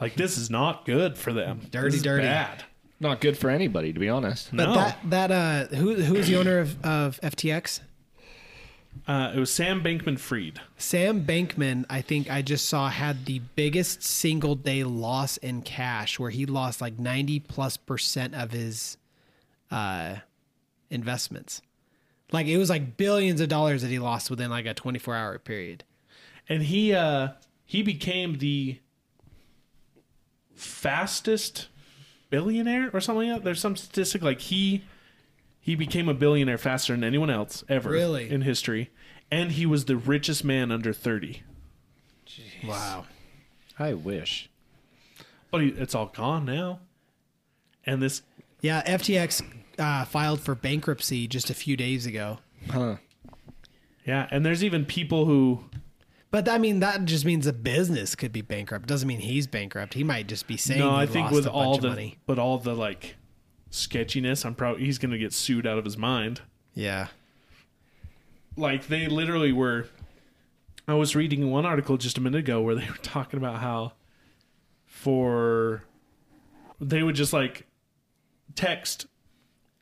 B: like this is not good for them.
C: Dirty,
B: This is
C: dirty.
B: Bad.
D: Not good for anybody, to be honest.
C: but
B: no.
C: that that uh, who who's the owner of, of FTX?
B: Uh, it was Sam Bankman Fried.
C: Sam Bankman, I think I just saw had the biggest single day loss in cash, where he lost like ninety plus percent of his uh, investments. Like it was like billions of dollars that he lost within like a twenty four hour period.
B: and he uh he became the fastest billionaire or something like that. There's some statistic like he he became a billionaire faster than anyone else ever
C: Really?
B: in history. And he was the richest man under thirty.
C: Wow.
A: I wish.
B: But he, it's all gone now. And this
C: Yeah, FTX uh, filed for bankruptcy just a few days ago.
B: yeah, and there's even people who
C: But I mean, that just means the business could be bankrupt. Doesn't mean he's bankrupt. He might just be saying
B: no,
C: he
B: I think
C: lost
B: with
C: a bunch
B: all
C: of
B: the
C: money.
B: but all the like sketchiness, I'm probably he's gonna get sued out of his mind.
C: Yeah.
B: like they literally were I was reading one article just a minute ago where they were talking about how for they would just like text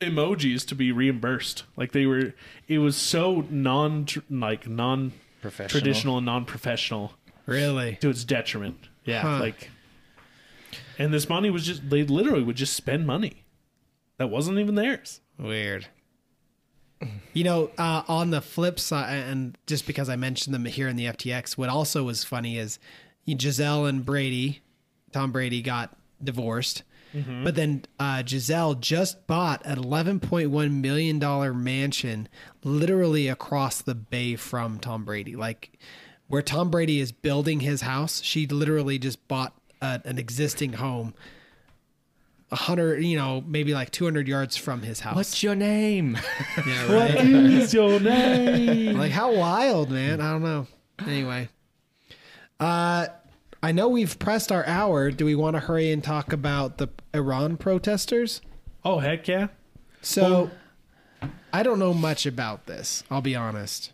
B: emojis to be reimbursed. Like they were it was so non like non
E: Professional.
B: traditional and non-professional
C: Really?
B: to its detriment. Yeah,
C: Huh.
B: like and this money was just they literally would just spend money that wasn't even theirs.
C: Weird. You know, uh, on the flip side, and just because I mentioned them here in the FTX, what also was funny is Giselle and Brady, Tom Brady got divorced, but then uh, Giselle just bought an eleven point one million dollar mansion, literally across the bay from Tom Brady. Like where Tom Brady is building his house, she literally just bought a, an existing home. 100 you know maybe like 200 yards from his house
D: your name?
C: yeah, right.
B: Is your name?
C: like how wild, man. I don't know. Anyway, uh, I know we've pressed our hour. Do we want to hurry and talk about the Iran protesters?
B: Oh heck yeah.
C: So, I don't know much about this. I'll be honest.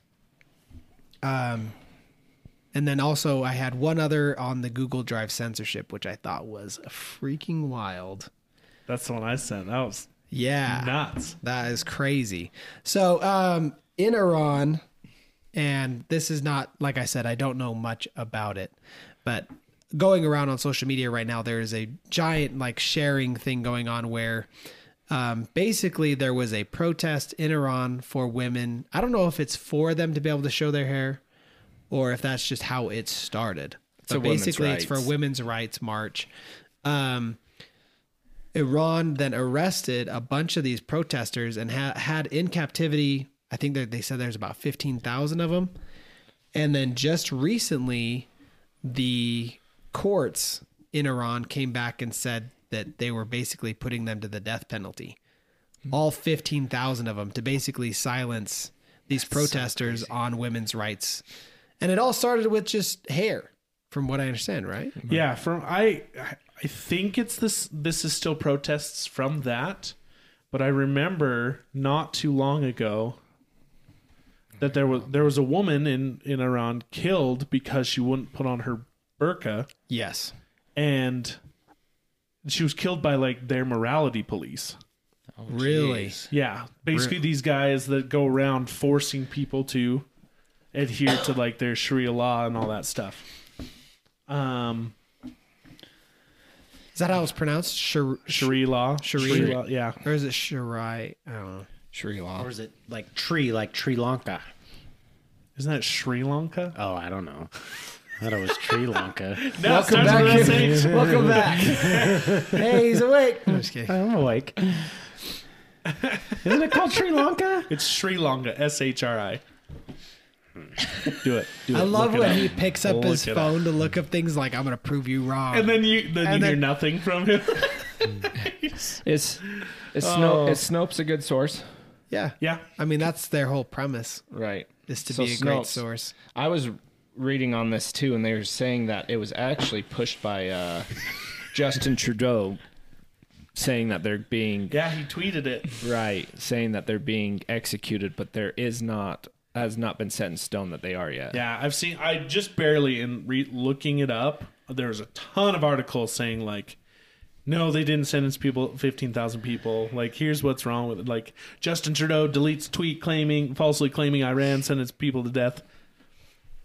C: Um, and then also I had one other on the Google Drive censorship, which I thought was freaking wild.
B: That's the one I sent. That was Ah.
C: Yeah.
B: nuts.
C: That is crazy. So, um, in Iran, and this is not, like I said, I don't know much about it, but going around on social media right now, there is a giant like sharing thing going on where um, basically there was a protest in Iran for women. I don't know if it's for them to be able to show their hair or if that's just how it started.
D: a
C: So
D: women's
C: basically, it's for a
D: rights.
C: women's rights march. Um, Iran then arrested a bunch of these protesters and ha- had in captivity. I think that they said there's about fifteen thousand of them, and then just recently, the courts in Iran came back and said that they were basically putting them to the death penalty, all fifteen thousand of them, to basically silence these protesters on women's rights, and it all started with just hair, from what I understand, right?
B: Yeah, from I I think it's this this is still protests from that, but I remember not too long ago that there was there was a woman in in Iran killed because she wouldn't put on her burqa
C: Yes.
B: and she was killed by like their morality police.
C: really?
B: Yeah, basically these guys that go around forcing people to adhere to like their Sharia law and all that stuff. Um,
C: Is that how it's pronounced? Shar-
B: Sharia law,
C: Sharia.
B: law, yeah.
C: Or is it Shirai? I don't know.
D: Sri Lanka.
A: Or is it like tree, like Sri Lanka?
B: Isn't that Sri Lanka?
A: Oh, I don't know. thought it was Sri Lanka.
B: Now it starts with SH.
C: Welcome back. hey, he's awake. I'm just kidding.
A: I'm awake. Isn't it called Sri Lanka?
B: It's Sri Lanka, S H R I. Hmm. Do it. Do
F: I
B: it.
F: love
B: Look it
F: when he
B: up.
F: picks up
B: Look
F: his
B: it up.
F: phone to look up things like I'm gonna prove you wrong.
B: And then you then you
F: And
B: hear
F: then-
B: nothing from him.
D: It's it's Sno- is Snopes a good source?
F: yeah,
B: yeah.
F: I mean that's their whole premise
D: Right.
F: is to
D: So
F: be a
D: Snopes.
F: great source.
D: I was reading on this too, and they were saying that it was actually pushed by uh, Justin Trudeau, saying that they're being
B: Yeah, he tweeted it.
D: right, saying that they're being executed, but there is not has not been set in stone that they are yet.
B: Yeah, I've seen. I just barely in re- looking it up. There's a ton of articles saying like, no, they didn't sentence people fifteen thousand people. Like, here's what's wrong with it. Like, Justin Trudeau deletes tweet claiming falsely claiming Iran sentenced people to death.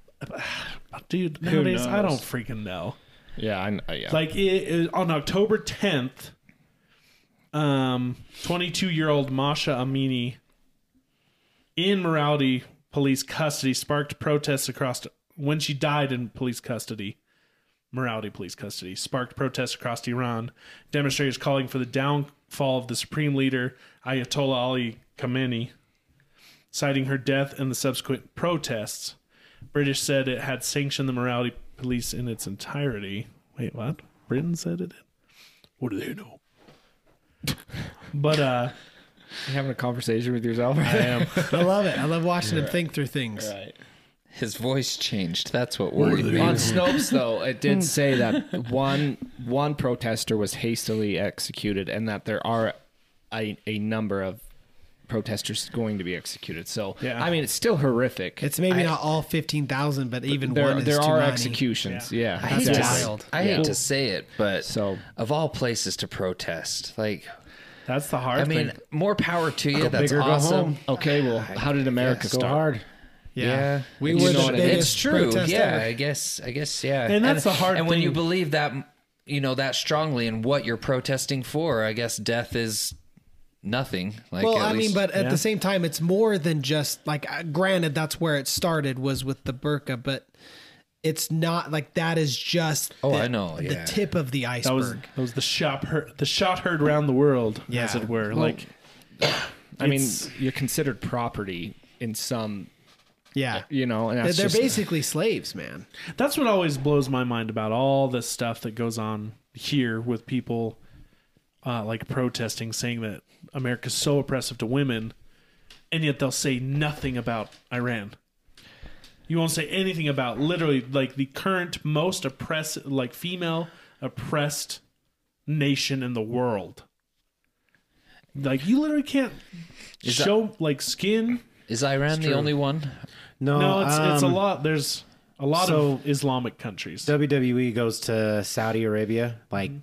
B: Dude, nowadays I don't
D: knows?
B: freaking know.
D: yeah, I, kn- uh, yeah.
B: Like it, it- on October 10th, um, 22 year old Masha Amini in morality police custody sparked protests across when she died in police custody. Morality police custody sparked protests across Iran. Demonstrators calling for the downfall of the supreme leader Ayatollah Ali Khamenei, citing her death and the subsequent protests. British said it had sanctioned the morality police in its entirety. Wait, what? Britain said it? did? What do they know? but uh
D: you having a conversation with yourself.
F: I love it. I love watching him think through things.
E: His voice changed. That's what worried me.
D: on Snopes though, it did say that one one protester was hastily executed, and that there are a, a number of protesters going to be executed. So
B: Yeah.
D: I mean, it's still horrific.
F: It's maybe not all fifteen thousand, but even
D: there
F: one is
D: there
F: too
D: are
F: many.
D: executions. Yeah,
E: I hate, to,
D: exactly.
E: s- I hate to say it, but
D: So-
E: of all places to protest, like
B: that's the hard
E: I mean,
B: thing.
E: more power to you. That's
A: big or go
E: awesome.
A: home.
D: Um, Okay, well, how did America
A: Go
D: start?
A: hard.
F: Yeah,
E: Yeah.
F: we
E: It's
F: were
E: true.
F: the
E: It's
F: biggest
E: true.
F: protest
E: yeah,
F: ever.
E: I guess. I guess. Yeah.
B: And that's the hard
E: And when
B: thing.
E: you believe that, you know, that strongly in what you're protesting for, I guess death is nothing. Like,
F: Well,
E: at
F: I mean,
E: least-
F: but at
B: Yeah.
F: the same time, it's more than just like. uh, Granted, that's where it started was with the burqa, but it's not like that is just.
E: Oh,
F: the,
E: I know,
F: the
E: yeah.
F: tip of the iceberg.
B: that was that was the shop heard, the shot heard round the world as
F: Yeah.
B: it were. like
D: I mean,
B: It's-
D: you're considered property in some,
F: yeah,
D: you know, and
F: they're,
D: that's
F: they're
D: just-
F: basically slaves, man.
B: that's what always blows my mind about all this stuff that goes on here with people uh, like protesting saying that America's so oppressive to women and yet they'll say nothing about Iran. You won't say anything about literally like the current most oppressed like female oppressed nation in the world. Like you literally can't
E: that-
B: show like skin.
E: is Iran the only one?
A: No,
B: No, it's it's a
A: um,
B: lot there's a lot
A: so-
B: of Islamic countries.
A: WWE E goes to Saudi Arabia like
F: Mm-hmm.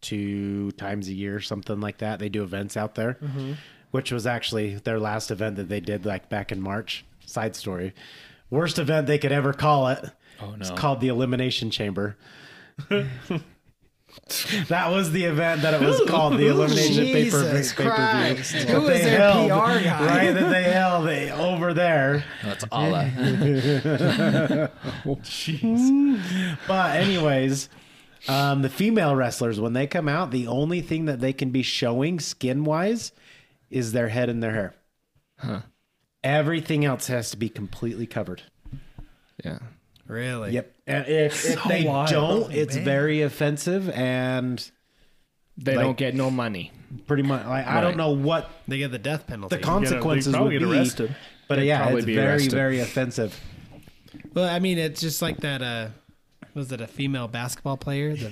A: two times a year, something like that. They do events out there,
F: Mm-hmm.
A: which was actually their last event that they did like back in March. Side story. Worst event they could ever call it. Oh no. It's called the Elimination Chamber. that was the event that it was called the Elimination Paper
F: Jesus
A: Pay-Per-View.
F: Christ.
A: that
F: Who was
A: they
F: their
A: held,
F: PR guy?
A: Right, that they held eh, over there.
E: That's Allah.
A: But anyways, um, the female wrestlers when they come out, the only thing that they can be showing skin wise is their head and their hair. Huh. Everything else has to be completely covered.
D: Yeah.
F: Really?
A: Yep. And if, if they
B: wild,
F: Oh,
A: don't, it's very offensive and
D: They
A: Like-
D: don't get no money.
A: pretty much like I don't know what
F: They get the death penalty.
A: the consequences
B: probably
A: would
B: get
A: be.
B: arrested.
A: But yeah,
D: probably
A: it's
D: be
A: very
D: arrested.
A: very offensive.
F: well, I mean, it's just like that. Uh, was it a female basketball player?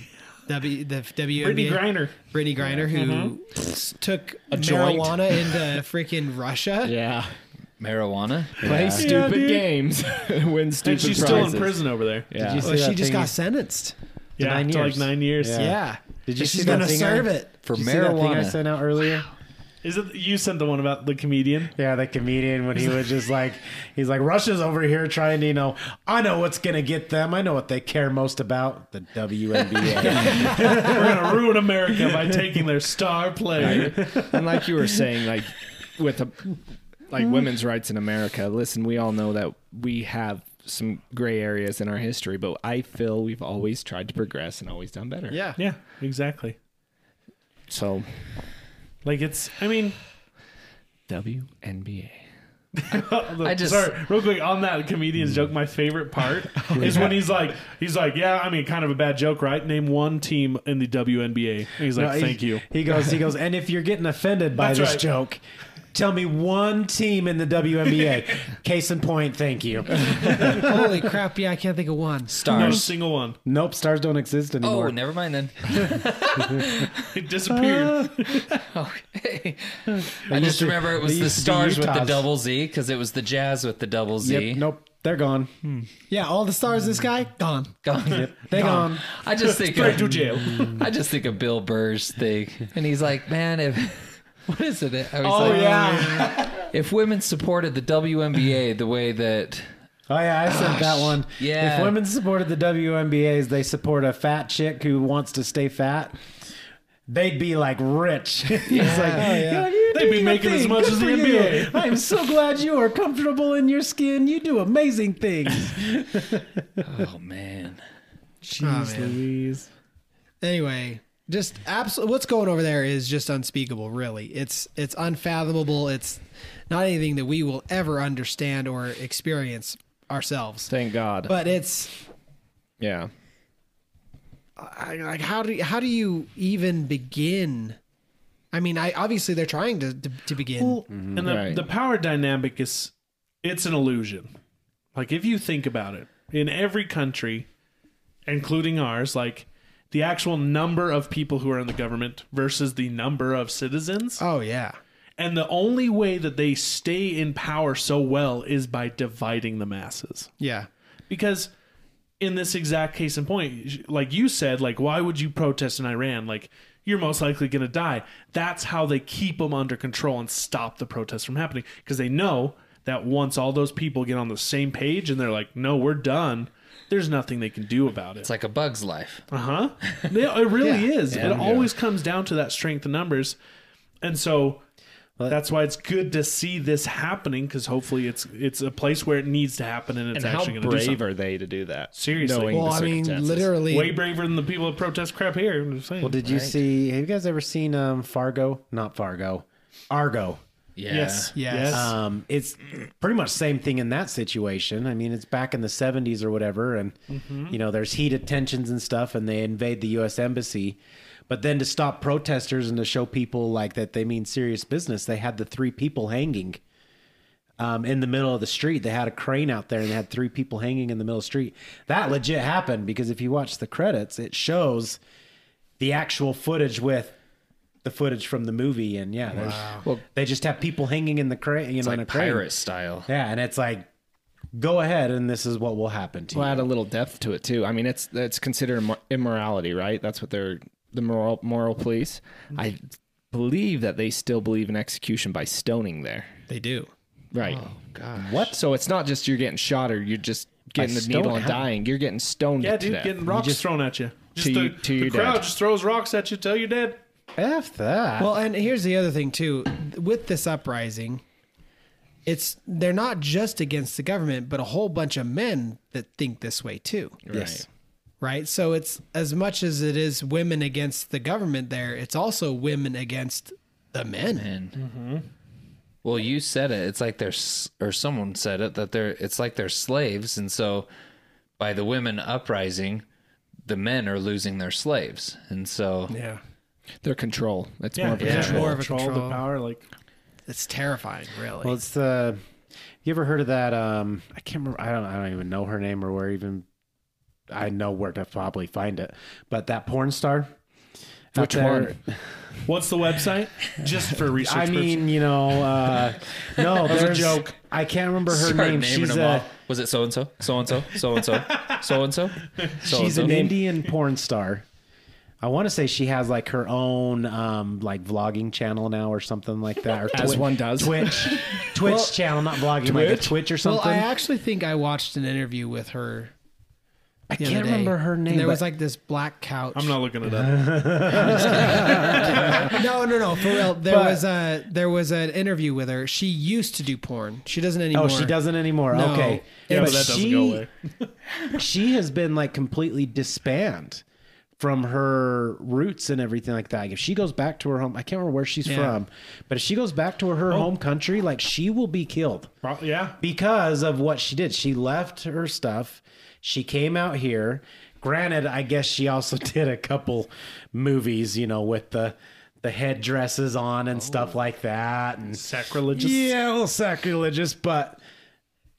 F: The W the WNBA?
B: Brittany Griner.
F: Brittany Griner, Mm-hmm. who took
D: joint.
F: marijuana into freaking Russia.
D: Yeah.
E: Marijuana.
D: Play stupid
B: dude.
D: games, win stupid
B: And she's
D: prizes.
B: still in prison over there.
D: Yeah.
A: Did you
F: Well,
A: see
F: she
A: that
F: just
A: thing-
F: got sentenced.
B: Yeah,
A: nine
B: to
A: years.
B: like nine years.
A: Yeah.
F: Yeah.
A: Did you
F: And
A: see
F: she's
A: that
F: gonna
A: thing
F: serve
A: I,
F: it.
E: For
A: Did you see that thing I
E: marijuana.
A: sent out earlier?
B: Is it you sent the one about the comedian?
A: Yeah, the comedian when he was just like, he's like, Russia's over here trying to, you know, I know what's gonna get them. I know what they care most about, the WNBA.
B: We're gonna ruin America by taking their star player.
D: and like you were saying, like with a, like women's rights in America. Listen, we all know that we have some gray areas in our history, but I feel we've always tried to progress and always done better.
F: Yeah.
B: Yeah, exactly.
D: So
B: Like it's. I mean,
D: WNBA.
E: I just-
B: sorry. Real quick on that comedian's joke. My favorite part is when he's like, he's like, yeah, I mean, kind of a bad joke, right? Name one team in the WNBA. And he's like,
A: No, he-
B: thank you.
A: He goes, he goes, and if you're getting offended by
B: That's
A: this
B: right.
A: joke, tell me one team in the WNBA. Case in point, thank you.
F: Holy crap! Yeah, I can't think of one.
B: No
E: Stars.
B: single one.
A: Nope, stars don't exist
E: Oh,
A: anymore.
E: never mind then.
B: It disappeared.
E: Okay. I just remember it was the
A: these- the
E: stars with the
A: Utahs.
E: double Z because it was the Jazz with the double Z.
A: Yep, nope, they're gone.
F: Yeah, all the stars in the sky gone.
E: Gone.
A: They gone.
E: I just think
B: Straight to
E: of,
B: jail.
E: I just think of Bill Burr's thing, and he's like, "Man, if what is it?" I was
A: Oh
E: like,
A: yeah,
E: If women supported the WNBA the way that
A: oh yeah. I sent that one.
E: yeah.
A: If women supported the WNBA's, they support a fat chick who wants to stay fat. They'd be like rich. He's like, "You're like, you
B: They'd
A: do
B: be
A: your
B: making as
A: thing.
B: much
A: Good
B: as the
A: for you.
B: NBA."
A: I'm so glad you are comfortable in your skin. You do amazing things.
E: oh man,
F: Jeez Louise. Oh, Anyway, just absolute. What's going over there is just unspeakable. Really, it's it's unfathomable. It's not anything that we will ever understand or experience ourselves.
D: Thank God.
F: But it's
D: yeah.
F: I, like how do you, how do you even begin? I mean, I obviously they're trying to to, to begin.
B: Well, And the,
D: Right.
B: the power dynamic is it's an illusion. Like if you think about it, in every country, including ours, like the actual number of people who are in the government versus the number of citizens.
F: oh yeah,
B: And the only way that they stay in power so well is by dividing the masses.
F: yeah,
B: Because in this exact case in point, like you said, like why would you protest in Iran? Like you're most likely going to die. That's how they keep them under control and stop the protests from happening because they know that once all those people get on the same page and they're like, "No, we're done." There's nothing they can do about it.
E: it's like a bug's life.
B: Uh huh. It really is. it always comes down to that strength of numbers, and so that's why it's good to see this happening because hopefully it's it's a place where it needs to happen and it's
D: and how
B: actually going to do
D: brave
B: something.
D: are they to do that?
B: Seriously.
D: knowing
F: Well,
D: the
F: I mean,
D: circumstances?
F: literally,
B: Way braver than the people that protest crap here. I'm just saying.
A: Well, did you see? Have you guys ever seen um, Fargo? Not Fargo, Argo.
E: Yeah.
B: yes.
F: Yes.
A: Um, it's pretty much same thing in that situation. I mean, it's back in the '70s or whatever, and you know, there's heated tensions and stuff, and they invade the U.S. embassy. But then to stop protesters and to show people like that they mean serious business, they had the three people hanging um, in the middle of the street. They had a crane out there and they had three people hanging in the middle of the street. That legit happened because if you watch the credits, it shows the actual footage with the footage from the movie. And yeah, there's, they just have people hanging in the crane, you know, in a
E: like
A: crane.
E: pirate style.
A: Yeah, and it's like, go ahead, and this is what will happen to
D: Well,
A: you.
D: add a little depth to it too. I mean, it's it's considered immor- immorality, right? That's what they're the moral moral police. I believe that they still believe in execution by stoning there,
F: they do.
D: right?
A: What?
D: So it's not just you're getting shot or you're just getting the needle
A: stone-
D: and
A: how-
D: dying. You're getting stoned.
B: Yeah,
D: to
B: dude,
D: death.
B: getting rocks thrown at you. Just
D: To
B: the,
D: you- to
B: the
D: your
B: crowd
D: death.
B: just throws rocks at you till you're dead.
D: Mm-hmm.
A: F that.
F: Well, and here's the other thing too. With this uprising, it's they're not just against the government, but a whole bunch of men that think this way too.
A: yes.
F: Right? So it's as much as it is women against the government there, it's also women against the men.
E: Well, you said it. It's like they're s- or someone said it that they're it's like they're slaves, and so by the women uprising, the men are losing their slaves, and so
B: Yeah.
D: Their control. It's more of a
B: yeah.
D: control.
F: More of a
B: The
F: control.
B: power, like
F: It's terrifying, really.
A: Well, it's the. You ever heard of that? Um, I can't remember. I don't. I don't even know her name or where even. I know where to probably find it, but that porn star. out
D: Which
A: there-
D: one?
B: what's the website? Just for research.
A: I mean, you know, uh, no, there's a joke. I can't remember her
E: Start
A: name.
E: naming
A: She's
E: them
A: a
E: all. Was it so and so, so and so, so and so, so and so?
A: she's an Indian porn star. I want to say she has like her own um, like vlogging channel now or something like that. Or
D: As one does.
A: Twitch, Twitch channel, not vlogging, like a Twitch or
F: Well,
A: something.
F: I actually think I watched an interview with her
A: I
F: the
A: can't
F: other day.
A: remember her
F: And
A: name.
F: there was
A: but-
F: like this black couch.
B: I'm not looking it up.
F: no, no, no. For real, there
A: But-
F: was a there was an interview with her. She used to do porn. She doesn't anymore.
A: oh, she doesn't anymore.
F: No.
A: Okay,
B: Yeah,
A: But
B: but that doesn't
A: she-
B: go away.
A: she has been like completely disbanded from her roots and everything like that. Like, if she goes back to her home, I can't remember where she's from, but if she goes back to her home country, like she will be killed
B: Oh. Pro- yeah.
A: because of what she did. She left her stuff. She came out here. Granted, I guess she also did a couple movies, you know, with the the headdresses on and
B: Oh.
A: stuff like that, and
B: Sacrilegious.
A: yeah, a little sacrilegious, but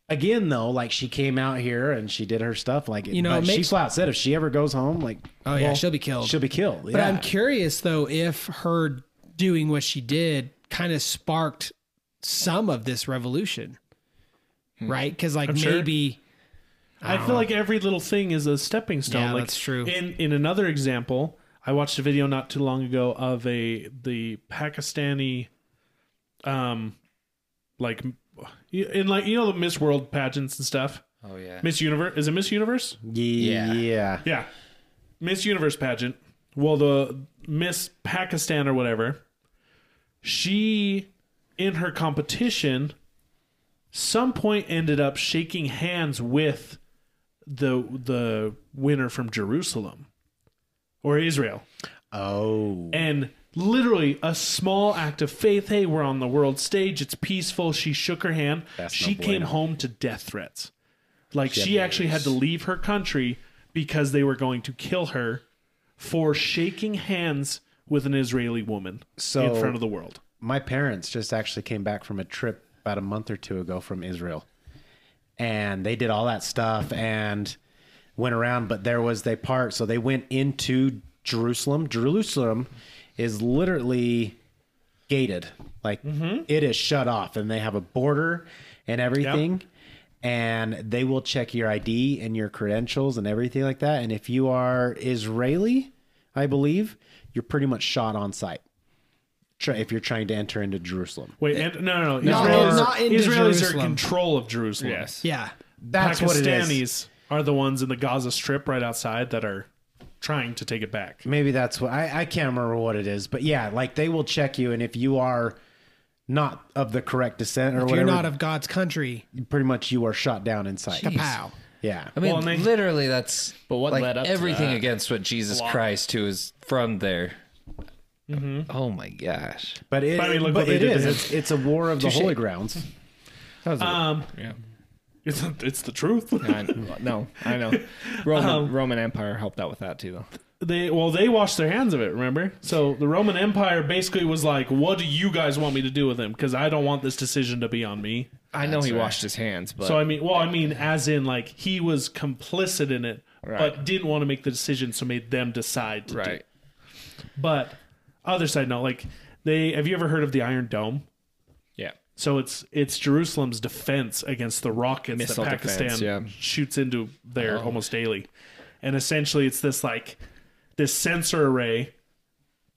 A: again, though, like she came out here and she did her stuff. Like you
F: know,
A: know,
F: it
A: she
F: makes-
A: flat said if she ever goes home, like
F: Oh yeah, she'll be killed.
A: she'll be killed.
F: But
A: yeah.
F: I'm curious though if her doing what she did kind of sparked some of this revolution, right? Because like
B: I'm sure.
F: maybe
B: I feel like every little thing is a stepping stone.
F: Yeah,
B: like,
F: that's true.
B: In in another example, I watched a video not too long ago of a the Pakistani, um, like in like you know the Miss World pageants and stuff.
E: Oh yeah.
B: Miss Universe is it Miss Universe?
E: Yeah.
A: yeah, yeah.
B: Yeah. Miss Universe pageant. Well, the Miss Pakistan or whatever, she, in her competition, some point ended up shaking hands with the the winner from Jerusalem or Israel.
A: Oh,
B: And literally a small act of faith. Hey, we're on the world stage. It's peaceful. She shook her hand.
A: That's
B: she
A: no
B: came
A: bueno.
B: home to death threats. Like she actually had to leave her country because they were going to kill her for shaking hands with an Israeli woman
A: So-
B: in front of the world.
A: my parents just actually came back from a trip about a month or two ago from Israel, and they did all that stuff and went around. But there was they part, so they went into Jerusalem. Jerusalem is literally gated, like it is shut off, and they have a border and everything. And they will check your ID and your credentials and everything like that. And if you are Israeli, I believe you're pretty much shot on site try, if you're trying to enter into Jerusalem.
B: Wait, and, no, no, no.
F: Not-
B: Israelis,
F: not into
B: Israelis are in
F: Jerusalem.
B: control of Jerusalem.
D: Yes.
F: yeah,
A: That's what it
B: Pakistanis
A: is.
B: are the ones in the Gaza Strip right outside that are trying to take it back.
A: Maybe that's what I, I can't remember what it is, but yeah, like they will check you, and if you are not of the correct descent or
F: if
A: whatever,
F: you're not of God's country,
A: pretty much you are shot down in sight.
F: kapow.
A: Yeah,
E: I mean,
B: Well, and they-
E: literally, that's
D: But what
E: like,
D: led up to
E: everything
D: that?
E: against what Jesus Christ, who is from there. Oh my gosh!
A: but it,
B: But I mean, look
A: but
B: what they
A: it
B: did to
A: is.
B: him.
A: It's, it's a war of the holy grounds.
B: Um,
D: Yeah.
B: it's, it's the truth.
D: I, no, I know. Roman, Roman Empire helped out with that too, though.
B: they well they washed their hands of it remember so the roman empire basically was like what do you guys want me to do with him because i don't want this decision to be on me
D: I know he washed his hands, but
B: so i mean well i mean as in like he was complicit in it but didn't want to make the decision so made them decide to do
D: right.
B: but other side note like they have you ever heard of the iron dome
D: Yeah.
B: so it's it's jerusalem's defense against the rockets
D: Missile
B: that pakistan
D: defense, yeah. Oh.
B: shoots into there almost daily and essentially it's this like this sensor array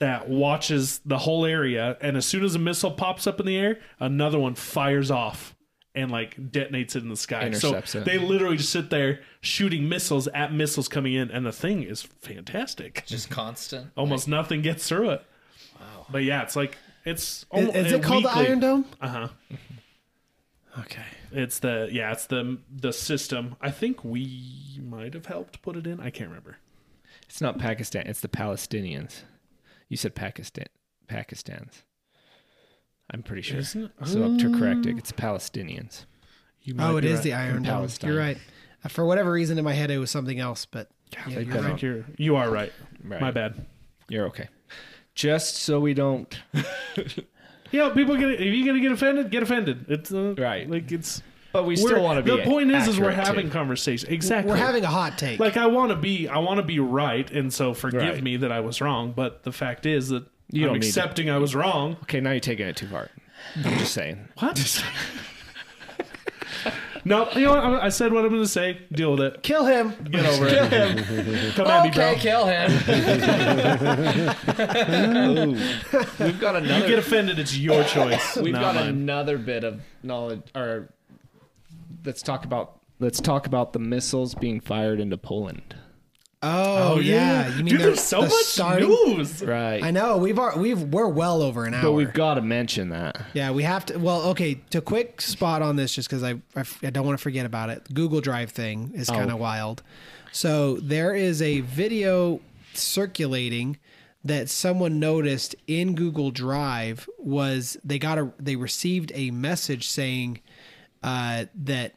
B: that watches the whole area and as soon as a missile pops up in the air another one fires off and like detonates it in the sky
D: Intercepts
B: so
D: it.
B: they literally just sit there shooting missiles at missiles coming in and the thing is fantastic
E: Just constant.
B: almost nothing gets through it wow but yeah it's like it's
F: Is,
B: almo-
F: is it called
B: weekly.
F: the Iron Dome?
B: uh-huh
F: Okay.
B: it's the yeah it's the the system i think we might have helped put it in i can't remember
D: It's not Pakistan. It's the Palestinians. You said Pakistan. Pakistan's. I'm pretty sure. So up to correct it, it's Palestinians.
B: You
F: Oh,
B: might
F: it
B: be
F: is
B: right.
F: the Iron Dome.
D: Palestine.
F: You're right. Uh, For whatever reason, in my head, it was something else, but yeah,
D: they
F: you're
D: cut
F: right.
D: out.
B: You're, you are right.
D: Right.
B: My bad.
D: You're okay. Just so we don't.
B: Yeah, people get. If you're gonna get offended, get offended. It's uh,
D: Right.
B: Like it's.
D: But we
B: we're-
D: still want to be.
B: The point is, is we're
D: accurate,
B: having
D: too.
B: conversation. Exactly.
F: We're having a hot take.
B: Like I want to be. I want to be right, and so forgive
D: Right.
B: me that I was wrong. But the fact is that
D: You
B: I'm
D: don't need
B: accepting I was wrong.
D: Okay, now you're taking it too far. I'm just saying.
B: What? no, you know what? I I said what I'm gonna say. Deal with it.
F: Kill him.
B: Get over it. Come at me, bro.
E: kill him.
D: We've got another.
B: Get offended. It's your choice.
D: We've
B: not
D: got
B: mine.
D: another bit of knowledge, or let's talk about Let's talk about the missiles being fired into Poland.
C: Oh, yeah. You mean
B: Dude,
C: the-
B: there's so
C: the
B: much
C: starting-
B: news.
D: Right.
C: I know we've are, we've we're well over an hour.
D: but we've got to mention that.
C: Yeah, we have to. Well, okay. To quick spot on this, just because I, I f- I don't want to forget about it. Google Drive thing
B: Oh.
C: is kind of wild. So there is a video circulating that someone noticed in Google Drive was they got a they received a message saying uh, that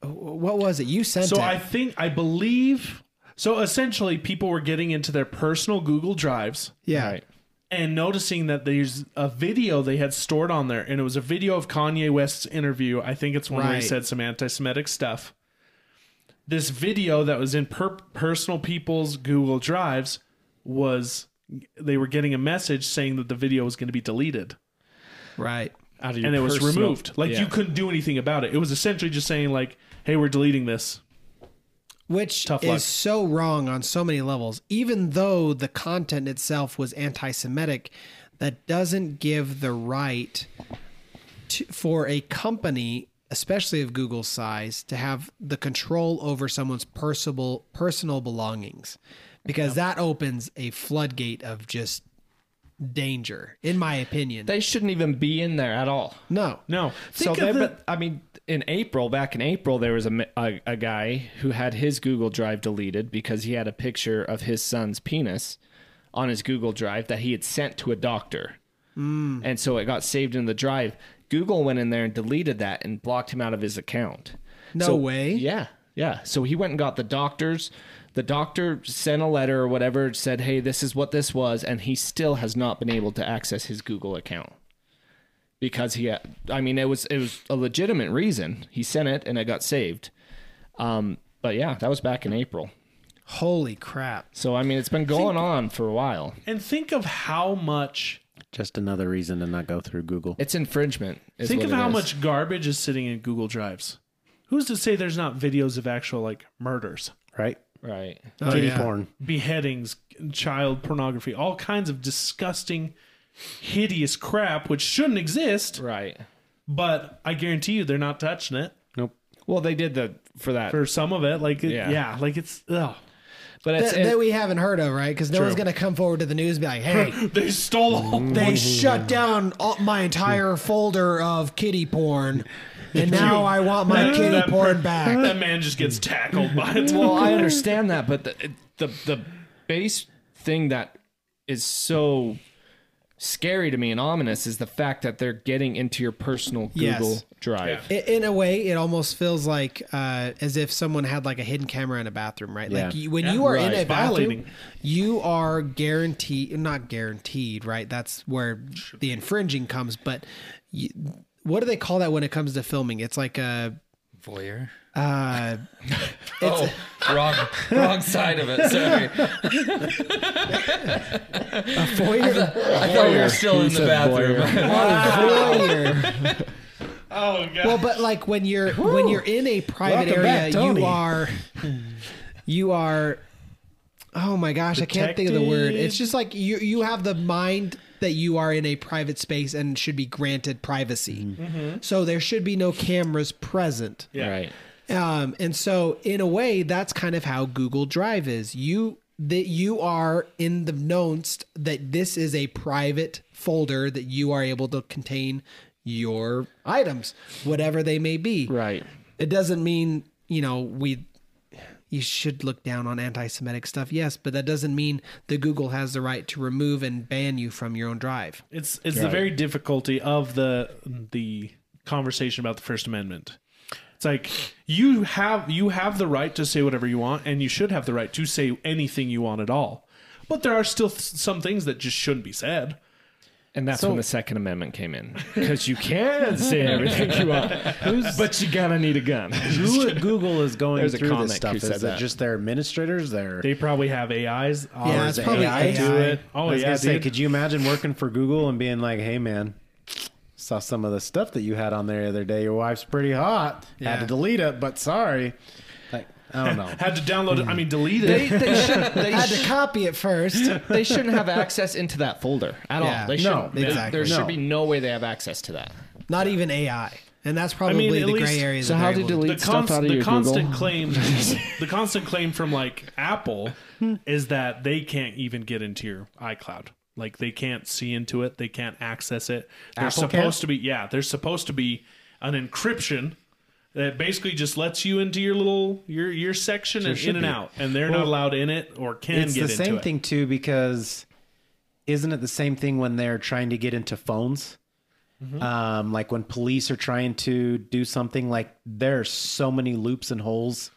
C: what was it you sent
B: So
C: it
B: I think I believe so essentially people were getting into their personal Google Drives
C: yeah
D: Right.
B: and noticing that there's a video they had stored on there and it was a video of Kanye West's interview. I think it's one where he
C: Right.
B: said some anti-Semitic stuff. This video that was in per- personal people's Google Drives was they were getting a message saying that the video was going to be deleted
C: right
D: Out of your
B: and it was
D: personal-
B: removed. Like
D: Yeah.
B: you couldn't do anything about it. It was essentially just saying like, "Hey, we're deleting this."
C: which
B: Tough
C: is
B: luck.
C: so wrong on so many levels. Even though the content itself was anti-Semitic, that doesn't give the right to, for a company, especially of Google's size, to have the control over someone's personal personal belongings, because that opens a floodgate of just danger, in my opinion.
D: They shouldn't even be in there at all.
C: no,
B: No.
D: So
B: Think
D: they,
B: of the-
D: but, I mean, in April, back in April, there was a, mi- a a guy who had his Google Drive deleted because he had a picture of his son's penis on his Google Drive that he had sent to a doctor, and so it got saved in the drive. Google went in there and deleted that and blocked him out of his account.
C: No
D: So-
C: way.
D: Yeah, yeah. So he went and got the doctors. The doctor sent a letter or whatever, said, "Hey, this is what this was," and he still has not been able to access his Google account because he had, I mean it was it was a legitimate reason. He sent it and it got saved. Um but yeah, that was back in April.
C: holy crap!
D: So I mean it's been going on for a while.
B: and think of how much
A: Just another reason to not go through Google.
D: It's infringement. is
B: think
D: what
B: of
D: it
B: how
D: is.
B: much garbage is sitting in Google Drives. Who's to say there's not videos of actual like murders,
A: Right?
D: right.
F: Oh,
A: Kitty porn.
B: beheadings, child pornography, all kinds of disgusting, hideous crap which shouldn't exist,
D: Right.
B: but I guarantee you they're not touching it.
A: Nope.
D: Well, they did the for that.
B: For some of it, like it,
D: Yeah.
B: yeah. like it's ugh.
D: but it's
C: That, that we haven't heard of, right? Because no one's gonna come forward to the news and be like, "Hey,
B: they stole all
C: they shut down all, my entire folder of kitty porn, and now I want my
B: that-
C: kitty
B: that
C: porn
B: per-
C: back.
B: That man just gets tackled by it.
D: well, I understand that, but the, the the base thing that is so scary to me and ominous is the fact that they're getting into your personal Google
C: Yes.
D: Drive.
C: I- In a way, it almost feels like uh, as if someone had like a hidden camera in a bathroom, right? Like
A: Yeah.
C: you, when you are in
D: right.
C: a bathroom,
B: Violating.
C: you are guaranteed, not guaranteed, right? That's where the infringing comes. But you, what do they call that when it comes to filming? It's like a.
E: Voyeur.
C: Uh,
E: Oh, wrong, wrong side of it. Sorry.
C: voyeur.
E: I thought we were still in the bathroom.
C: voyeur.
B: oh god.
C: Well, but like when you're when you're in a private
D: Welcome
C: area,
D: back, Tony.
C: you are you are oh my gosh, I can't think of the word. It's just like you you have the mind that you are in a private space and should be granted privacy.
D: Mm-hmm.
C: So there should be no cameras present.
D: Right.
C: Um, and so in a way, that's kind of how Google Drive is. You that you are in the knowns that this is a private folder that you are able to contain your items, whatever they may be.
D: Right.
C: It doesn't mean you know we. You should look down on anti-Semitic stuff, yes, but that doesn't mean that Google has the right to remove and ban you from your own drive.
B: It's it's the very difficulty of the the conversation about the First Amendment. It's like you have you have the right to say whatever you want, and you should have the right to say anything you want at all. But there are still th- some things that just shouldn't be said.
D: And that's when the Second Amendment came in. Because you can say everything you want, but you gotta need a gun.
A: Who at Google is going
D: There's a
A: through
D: comic
A: this stuff?
D: who
A: Is
D: said
A: it
D: that.
A: just their administrators? Their
B: They probably have AIs.
C: Yeah, it's
B: ours AI
C: probably
B: do
C: AI.
B: it. Oh
A: I was
B: yeah,
A: gonna say,
B: dude.
A: could you imagine working for Google and being like, "Hey, man, saw some of the stuff that you had on there the other day. Your wife's pretty hot. Had
C: Yeah.
A: to delete it, but sorry." Like, I don't know.
B: had to download it. I mean, delete it.
D: They, they, should, they,
C: I had to copy it first.
D: they shouldn't have access into that folder at
C: Yeah.
D: all. They
C: No,
D: shouldn't. There-
C: exactly.
D: There
A: No.
D: should be no way they have access to that.
C: Not even AI. and that's probably
B: at
C: the gray
B: least-
C: area.
D: So
C: that
D: how
C: they're
D: do you
C: able to-
D: delete
B: the
D: stuff
B: const-
D: out of
B: the
D: your
B: constant
D: Google?
B: claim the constant claim from like Apple is that they can't even get into your iCloud. Like they can't see into it, they can't access it. They're
A: Apple
B: supposed
A: can't?
B: to be yeah, there's supposed to be an encryption that basically just lets you into your little your your section and in
A: should
B: and
A: be.
B: out, and they're not allowed in it or can
A: it's
B: get
A: the
B: into
A: same
B: it.
A: thing too because isn't it the same thing when they're trying to get into phones
B: Mm-hmm.
A: um, like when police are trying to do something like there are so many loops and holes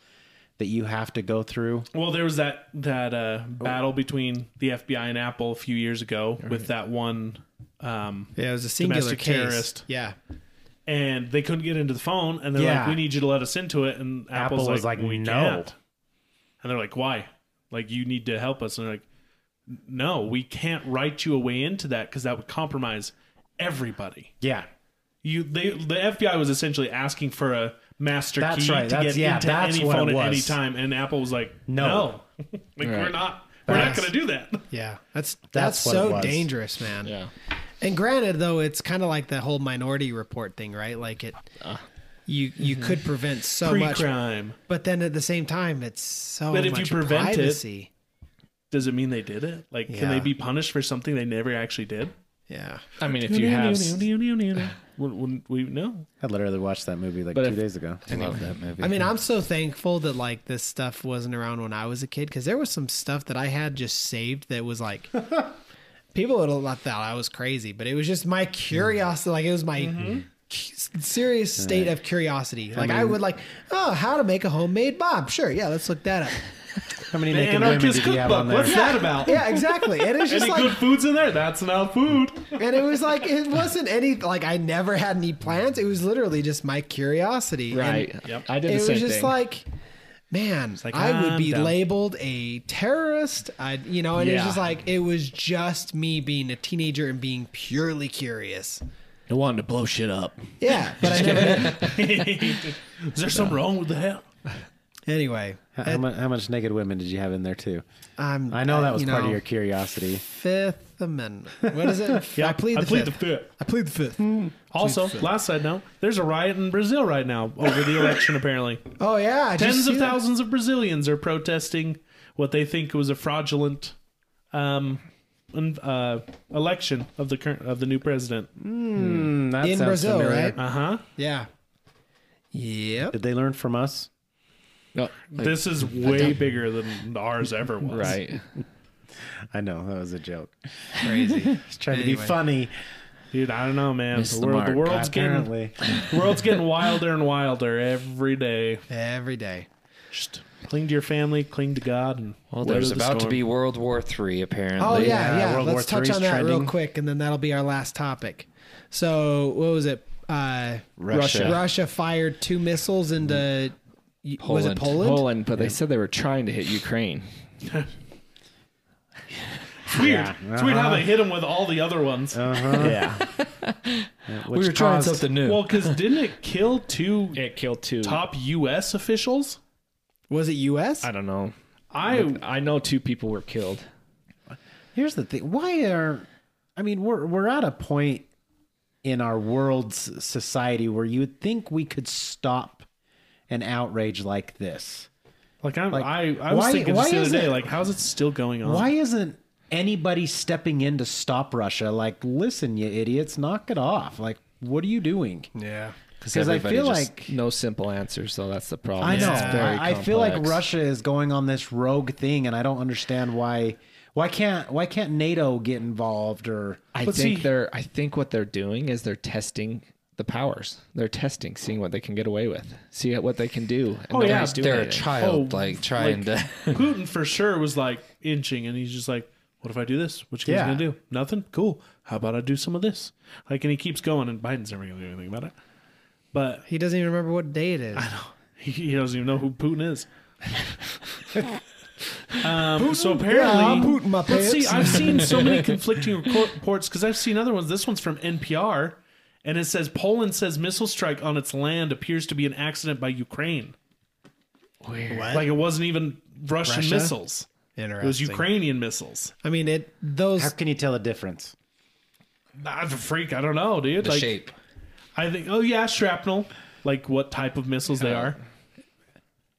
A: that you have to go through
B: Well, there was that that
A: Oh.
B: uh, battle between the FBI and Apple a few years ago with that one um,
C: yeah, it was a singular
B: domestic
C: case.
B: terrorist.
C: Yeah,
B: and they couldn't get into the phone and they're
A: Yeah.
B: like we need you to let us into it and
A: Apple
B: apple's
A: was
B: like,
A: like,
B: we
A: "No."
B: can't and they're like why like you need to help us and they're like no we can't write you away into that because that would compromise everybody
A: yeah
B: you they the fbi was essentially asking for a master
A: That's
B: key
A: right.
B: to
A: That's-
B: get
A: yeah,
B: into
A: that's
B: any
A: what
B: phone
A: it
B: at any
A: was.
B: time and apple was like
A: No.
B: no, like we're not we're
C: That's-
B: not gonna do that
C: yeah. That's that's,
A: That's what it
C: so
A: was.
C: dangerous, man. Yeah. And granted, though, it's kind of like the whole minority report thing, right? Like it,
B: Uh.
C: you you
B: Mm-hmm.
C: could prevent so much,
B: pre-crime
C: but then at the same time, it's so
B: But
C: much
B: if you prevent it-
C: privacy.
B: does it mean they did it like can
C: Yeah.
B: they be punished for something they never actually did
C: Yeah.
D: I mean, if you have,
B: Wouldn't- wouldn't we know
A: i literally watched that movie like
D: But
A: two
D: if-
A: days ago
E: I love that movie.
C: I mean, I'm so thankful that like this stuff wasn't around when I was a kid because there was some stuff that I had just saved that was like people would have thought I was crazy, but it was just
B: Mm-hmm.
C: my curiosity. Like it was my cu- serious state of curiosity. Like I, would like, oh, how to make a homemade bob? Sure, yeah, let's look that up.
A: how many naked women
B: Anarchist
A: did you have on
B: cookbook. What's
A: there
B: that about?
C: yeah, exactly. And it's just
B: Any
C: like,
B: good foods in there? That's not food.
C: and it was like it wasn't any like I never had any plans. It was literally just my curiosity. And
D: right?
B: Yep.
D: I did the
C: it
D: same
C: was just
D: thing.
C: like man
B: like,
C: i would
B: I'm
C: be
B: dumb.
C: labeled a terrorist i you know and it's
D: Yeah.
C: just like it was just me being a teenager and being purely curious
D: I wanted to blow shit up.
C: yeah but i never
B: Is there something wrong with that?
C: anyway
A: how, how mu- how much naked women did you have in there too
C: i'm
A: i know that was
C: Uh, you
A: part
C: know,
A: of your curiosity
C: fifth amendment what is it i plead the
B: I plead
C: fifth
B: the fifth.
C: i plead the fifth
A: Hmm.
B: Also, last side note: there's a riot in Brazil right now over the election. Apparently,
C: oh yeah I just
B: tens of
C: see that.
B: thousands of Brazilians are protesting what they think was a fraudulent um, un- uh, election of the current of the new president.
A: Mm, that
C: in
A: sounds
C: brazil
A: familiar.
C: right
B: Uh
D: Uh-huh.
B: huh.
C: yeah yep
A: did they learn from us
D: No,
B: This is way bigger than ours ever was.
D: right?
A: i know that was a joke
C: crazy
A: just trying to
C: Anyway.
A: be funny
B: Dude, I don't know, man. The,
D: Missed the
B: world, the
D: mark.
B: world's getting
A: apparently
B: the world's getting wilder and wilder every day.
C: every day
B: Just cling to your family, cling to God, and
E: well, there's
B: weather the
E: about to
B: storm.
E: be World War Three apparently.
C: Oh yeah,
A: Yeah,
C: yeah.
A: uh, World
C: Let's
A: War
C: touch
A: III's
C: on that real
A: trending.
C: quick, and then that'll be our last topic. So what was it? Uh,
A: Russia.
C: Russia fired two missiles into y- was it
E: Poland.
C: Poland?
D: Poland, but they said they were trying to hit Ukraine.
B: It's weird. It's weird how they hit him with all the other ones. Well, 'cause
A: Uh-huh. yeah
E: we were trying something new.
B: Well, because didn't it kill two
D: It killed two.
B: top U.S. officials?
C: Was it U.S.?
D: I don't know.
B: I
A: uh,
D: I know two people were killed.
A: Here's the thing. Why are I mean, we're we're at a point in our world's society where you would think we could stop an outrage like this.
B: like I'm,
A: Like,
B: I I was
A: why-
B: thinking
A: why
B: this the other
A: is
B: day.
A: it-
B: Like, how's it still going on?
A: Why isn't anybody stepping in to stop Russia? Like, listen, you idiots, knock it off. Like, what are you doing?
C: yeah.
A: Because I
E: everybody
A: feel
E: just-
A: like
D: No simple answer, so that's the problem.
A: I know.
D: It's very
A: I, I feel like
D: complex.
A: Russia is going on this rogue thing, and I don't understand why. Why can't Why can't NATO get involved or?
D: I
B: But
D: think
B: see-
D: they're. I think what they're doing is they're testing the powers. They're testing, seeing what they can get away with, see what they can do. And
B: yeah,
D: nobody's doing
E: they're a
D: anything.
E: child,
B: Oh,
E: like trying
B: like-
E: to.
B: Putin for sure was like inching, and he's just like, "What if I do this? What you guys
A: Yeah.
B: gonna do? Nothing. Cool. How about I do some of this?" Like, and he keeps going, and Biden's never gonna do anything about it. But
C: He doesn't even remember what day it is.
B: he, he doesn't even know who Putin is. um, so apparently,
C: Yeah, I'm Putin, my
B: But see,
C: pants.
B: I've seen so many conflicting reco- reports because I've seen other ones. This one's from NPR, and it says Poland says missile strike on its land appears to be an accident by Ukraine.
C: What?
B: Like it wasn't even Russian
C: Russia?
B: missiles;
C: Interesting.
B: it was Ukrainian missiles.
C: I mean, it those
A: How can you tell the difference?
B: I'm a Ah, freak. I don't know, dude.
E: the
B: like,
E: shape.
B: I think, oh yeah, shrapnel. Like what type of missiles they are.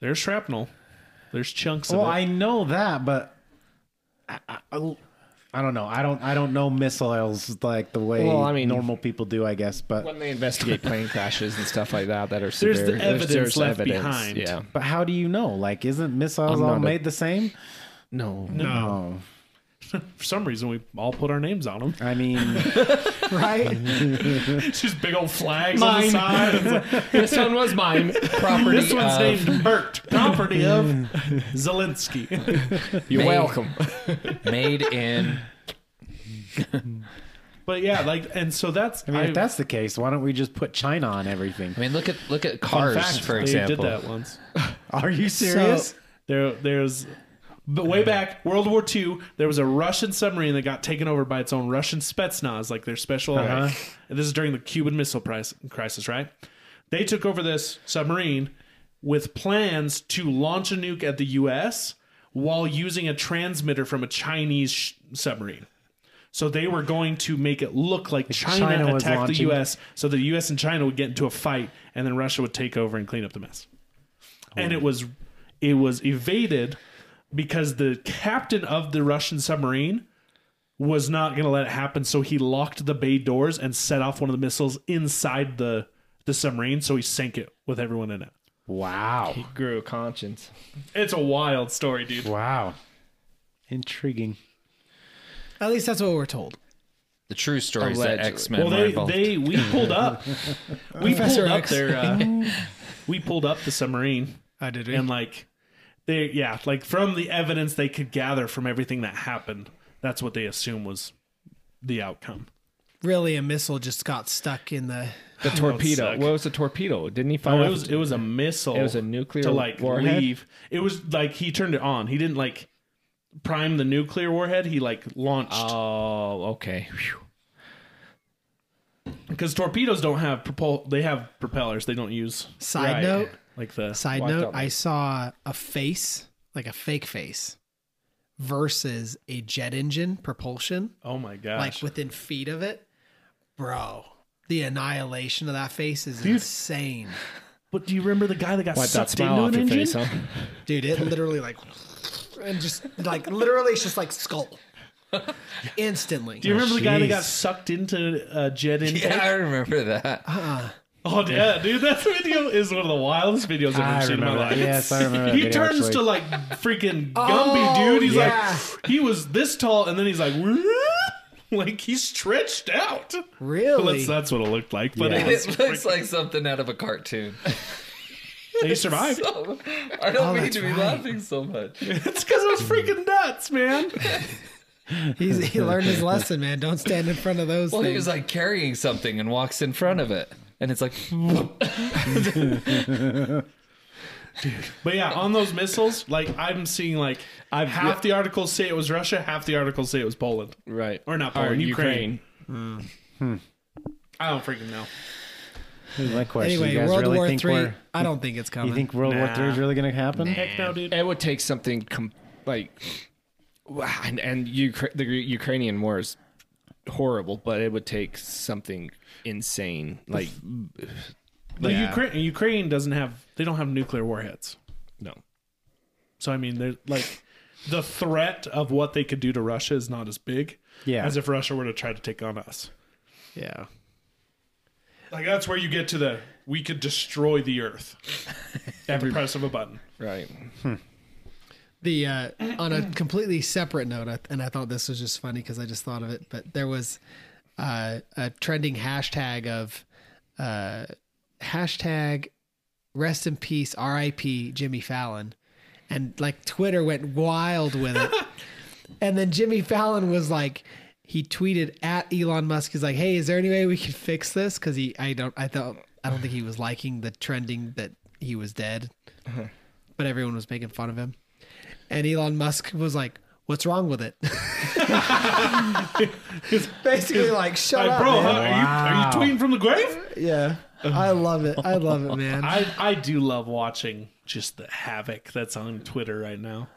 B: There's shrapnel. There's chunks
A: Well,
B: of it.
A: I know that, but I, I, I don't know. I don't. I don't know missiles like the way
D: Well, I mean-
A: normal people do, I guess. But
D: when they investigate plane crashes and stuff like that that are severe.
B: There's the evidence left behind.
D: Yeah.
A: but how do you know? Like, isn't missiles
D: I'm
A: all
D: not a-
A: made the same?
D: No.
A: No.
B: For some reason, we all put our names on them.
A: I mean,
G: right?
B: It's just big old flags on the side. It's like,
D: this one was mine.
E: Property
B: this one's
E: of-
B: named Bert, property of Zelensky.
D: You're
E: May-
D: welcome.
E: made in
B: But yeah, like, and so that's.
A: I mean, if that's the case, why don't we just put China on everything?
E: I mean, look at look at
B: fun
E: cars
B: fact,
E: for
B: they
E: example.
B: did that once.
A: Are you serious?
B: There, there's, but way back World War II, there was a Russian submarine that got taken over by its own Russian Spetsnaz, like their special.
A: Uh-huh.
B: And this is during the Cuban Missile Price, Crisis, right? They took over this submarine with plans to launch a nuke at the U.S. while using a transmitter from a Chinese sh- submarine. So they were going to make it look like China,
A: China was
B: attacked the
A: launching-
B: U.S. So the U.S. and China would get into a fight, and then Russia would take over and clean up the mess and it was it was evaded because the captain of the Russian submarine was not going to let it happen so he locked the bay doors and set off one of the missiles inside the the submarine so he sank it with everyone in it
A: Wow.
D: Grew a conscience.
B: it's a wild story dude
A: Wow. Intriguing.
C: At least that's what we're told.
E: The true stories that
D: Allegedly.
E: X Men
B: well
E: were
B: they
E: involved.
B: they we pulled up we
C: Professor
B: pulled up
C: X.
B: their uh, we pulled up the submarine
C: I did.
B: and like they yeah like from the evidence they could gather from everything that happened that's what they assume was the outcome
C: really, a missile just got stuck in the.
D: The torpedo.
B: suck.
D: What was the torpedo? Didn't he
B: Oh,
D: fire?
B: it was it was a missile.
D: It was a nuclear
B: to like
D: warhead?
B: leave. It was like he turned it on. He didn't like prime the nuclear warhead. He like launched
D: Oh, okay. Phew.
B: because torpedoes don't have propel. They have propellers. They don't use
C: Side
B: Right.
C: note.
B: like the
C: Side
D: Wiped
C: note,
D: out
C: I
D: like-
C: saw a face, like a fake face, versus a jet engine propulsion,
B: oh my gosh.
C: like within feet of it. Bro, the annihilation of that face is insane.
B: but do you remember the guy that got
D: Wipe that
B: sucked
D: smile
B: into
D: off
B: an
D: your
B: engine?
D: face, huh?
C: Dude, it literally like and just like literally it's just like skull. Instantly.
B: Do you remember the guy that got sucked into a jet engine?
E: yeah, I remember that.
B: Oh yeah, dude, that video is one of the wildest videos I've ever
A: I
B: seen in my
A: remember
B: life.
A: that. Yes, I remember that
B: He
A: video,
B: turns
A: actually.
B: to like freaking Gumby, dude. He's
C: Oh, yeah.
B: like, he was this tall, and then he's like, "Whoop," like he's stretched out. Well,
C: really?
B: that's, that's what it looked like, but it
A: Yeah.
B: was
E: It looks like something out of a cartoon.
B: they survived.
E: So, I
D: Oh,
E: don't mean
C: that's
E: to be
C: right.
E: laughing so much.
B: it's because it was freaking nuts, man.
C: He's, he learned his lesson, man. Don't stand in front of those
E: Well, he
C: things.
E: was like carrying something and walks in front of it, and it's like
B: But yeah, on those missiles, like I'm seeing like half the articles say it was Russia, half the articles say it was Poland
D: Right.
B: or not
D: Or
B: Poland, Ukraine.
D: Ukraine.
B: I don't freaking know.
A: Here's my question.
C: anyway,
A: you guys
C: World
A: really
C: War
A: think
C: Three.
A: we're-
C: I don't think it's coming.
A: You think World War
B: Nah.
A: Three is really going to happen?
B: Heck no, dude.
D: It would take something com- like, wow, and, and Ukra- the U- Ukrainian war is horrible, but it would take something insane. Like,
B: The
D: Yeah.
B: Ukraine, Ukraine doesn't have they don't have nuclear warheads.
D: no.
B: So I mean, they're like the threat of what they could do to Russia is not as big
A: Yeah.
B: as if Russia were to try to take on us.
A: Oh,
C: yeah.
B: Like that's where you get to the we could destroy the earth at the press of a button.
D: Right.
C: The uh, on a completely separate note, I- and I thought this was just funny because I just thought of it. But there was uh, a trending hashtag of uh, hashtag rest in peace, R.I.P. Jimmy Fallon, and like Twitter went wild with it. and then Jimmy Fallon was like. He tweeted at Elon Musk. He's like, "Hey, is there any way we can fix this?" Because he, I don't, I thought, I don't think he was liking the trending that he was dead,
B: Uh-huh.
C: but everyone was making fun of him. And Elon Musk was like, "What's wrong with it?" Basically, like, shut
B: Like,
C: up, man."
B: bro, huh, are you are you tweeting from the grave?
C: Yeah, I love it. I love it, man.
B: I I do love watching just the havoc that's on Twitter right now.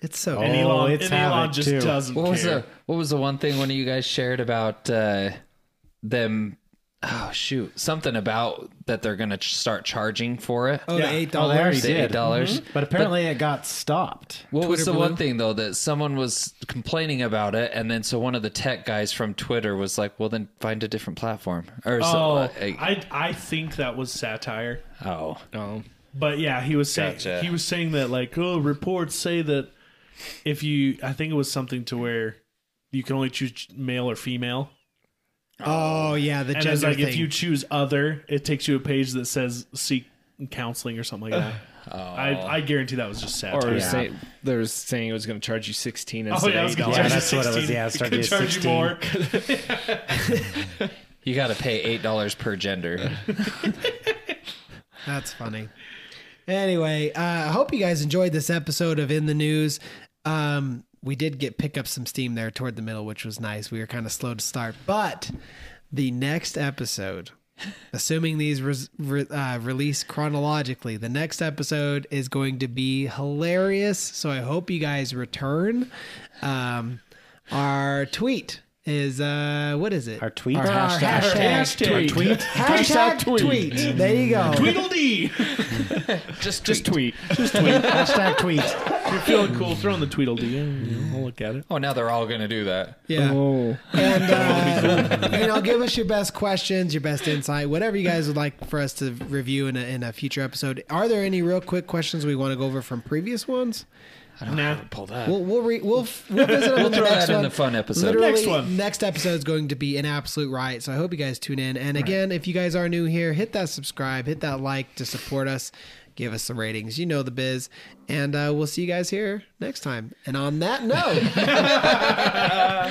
C: It's so.
A: Oh,
B: And Elon,
A: it's
B: and Elon
A: havoc,
B: just
A: too.
B: doesn't
E: what was
B: care.
E: the what was the one thing one of you guys shared about uh, them oh shoot, something about that they're gonna ch- start charging for it.
C: Oh,
A: Yeah.
C: the eight
A: Oh, they already
C: dollars.
E: The
A: did.
E: $8.
A: Mm-hmm. But apparently it got stopped.
E: What was
C: Twitter
E: the
C: Blue?
E: one thing though that someone was complaining about it, and then so one of the tech guys from Twitter was like, "Well, then find a different platform." Or so,
B: Oh,
E: uh, I-
B: I I think that was satire.
E: oh,
D: No.
B: But yeah, he was saying
E: Gotcha.
B: he was saying that like oh reports say that if you I think it was something to where you can only choose male or female.
C: Oh yeah, the
B: And it's
C: gender
B: like
C: thing.
B: if you choose other, it takes you a page that says seek counseling or something like that. I, I guarantee that was just
D: Or
B: satire.
D: it was say, they were saying it was going to charge you sixteen
B: oh
D: instead
B: yeah, I
D: of
B: was
D: eight
B: gonna
D: dollars.
A: Yeah,
B: charge you
A: that's what it was.
B: 16.
A: Yeah, it
B: It
A: started
B: could charge
A: at
B: you
A: 16.
B: more.
E: you got to pay eight dollars per gender.
C: That's funny. Anyway, uh, I hope you guys enjoyed this episode of In the News. Um, we did get pick up some steam there toward the middle, which was nice. We were kind of slow to start, but the next episode, assuming these res- re- uh, release chronologically, the next episode is going to be hilarious. So I hope you guys return. Um, our tweet is uh, what is it?
A: Our tweet?
C: Our,
A: Our
C: hashtag,
B: Hashtag tweet.
C: Hashtag tweet. There you go.
B: Tweedledee.
E: just
D: Just
E: tweet.
D: tweet.
A: Hashtag tweet.
B: If you're feeling cool, throw in the Tweedledee. and, you know, I'll look at it.
E: Oh, now they're all gonna do that.
C: Yeah.
D: Oh.
C: And uh, you know, give us your best questions, your best insight, whatever you guys would like for us to review in a, in a future episode. Are there any real quick questions we want to go over from previous ones?
E: I don't
B: Nah.
E: know. Pull that.
C: We'll we'll re, we'll, f- we'll visit them in the
E: throw
C: next
E: that in
C: one.
E: the fun episode.
C: Literally,
B: Next one.
C: Next episode is going to be an absolute riot. So I hope you guys tune in. And again, if you guys are new here, hit that subscribe, hit that like to support us. Give us some ratings. You know the biz. And uh, we'll see you guys here next time. And on that note,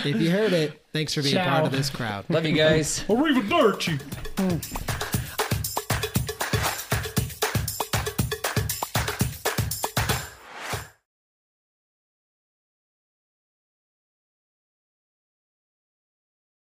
C: if you heard it, thanks for being part of this crowd.
E: Love you guys.
B: Arrivederci.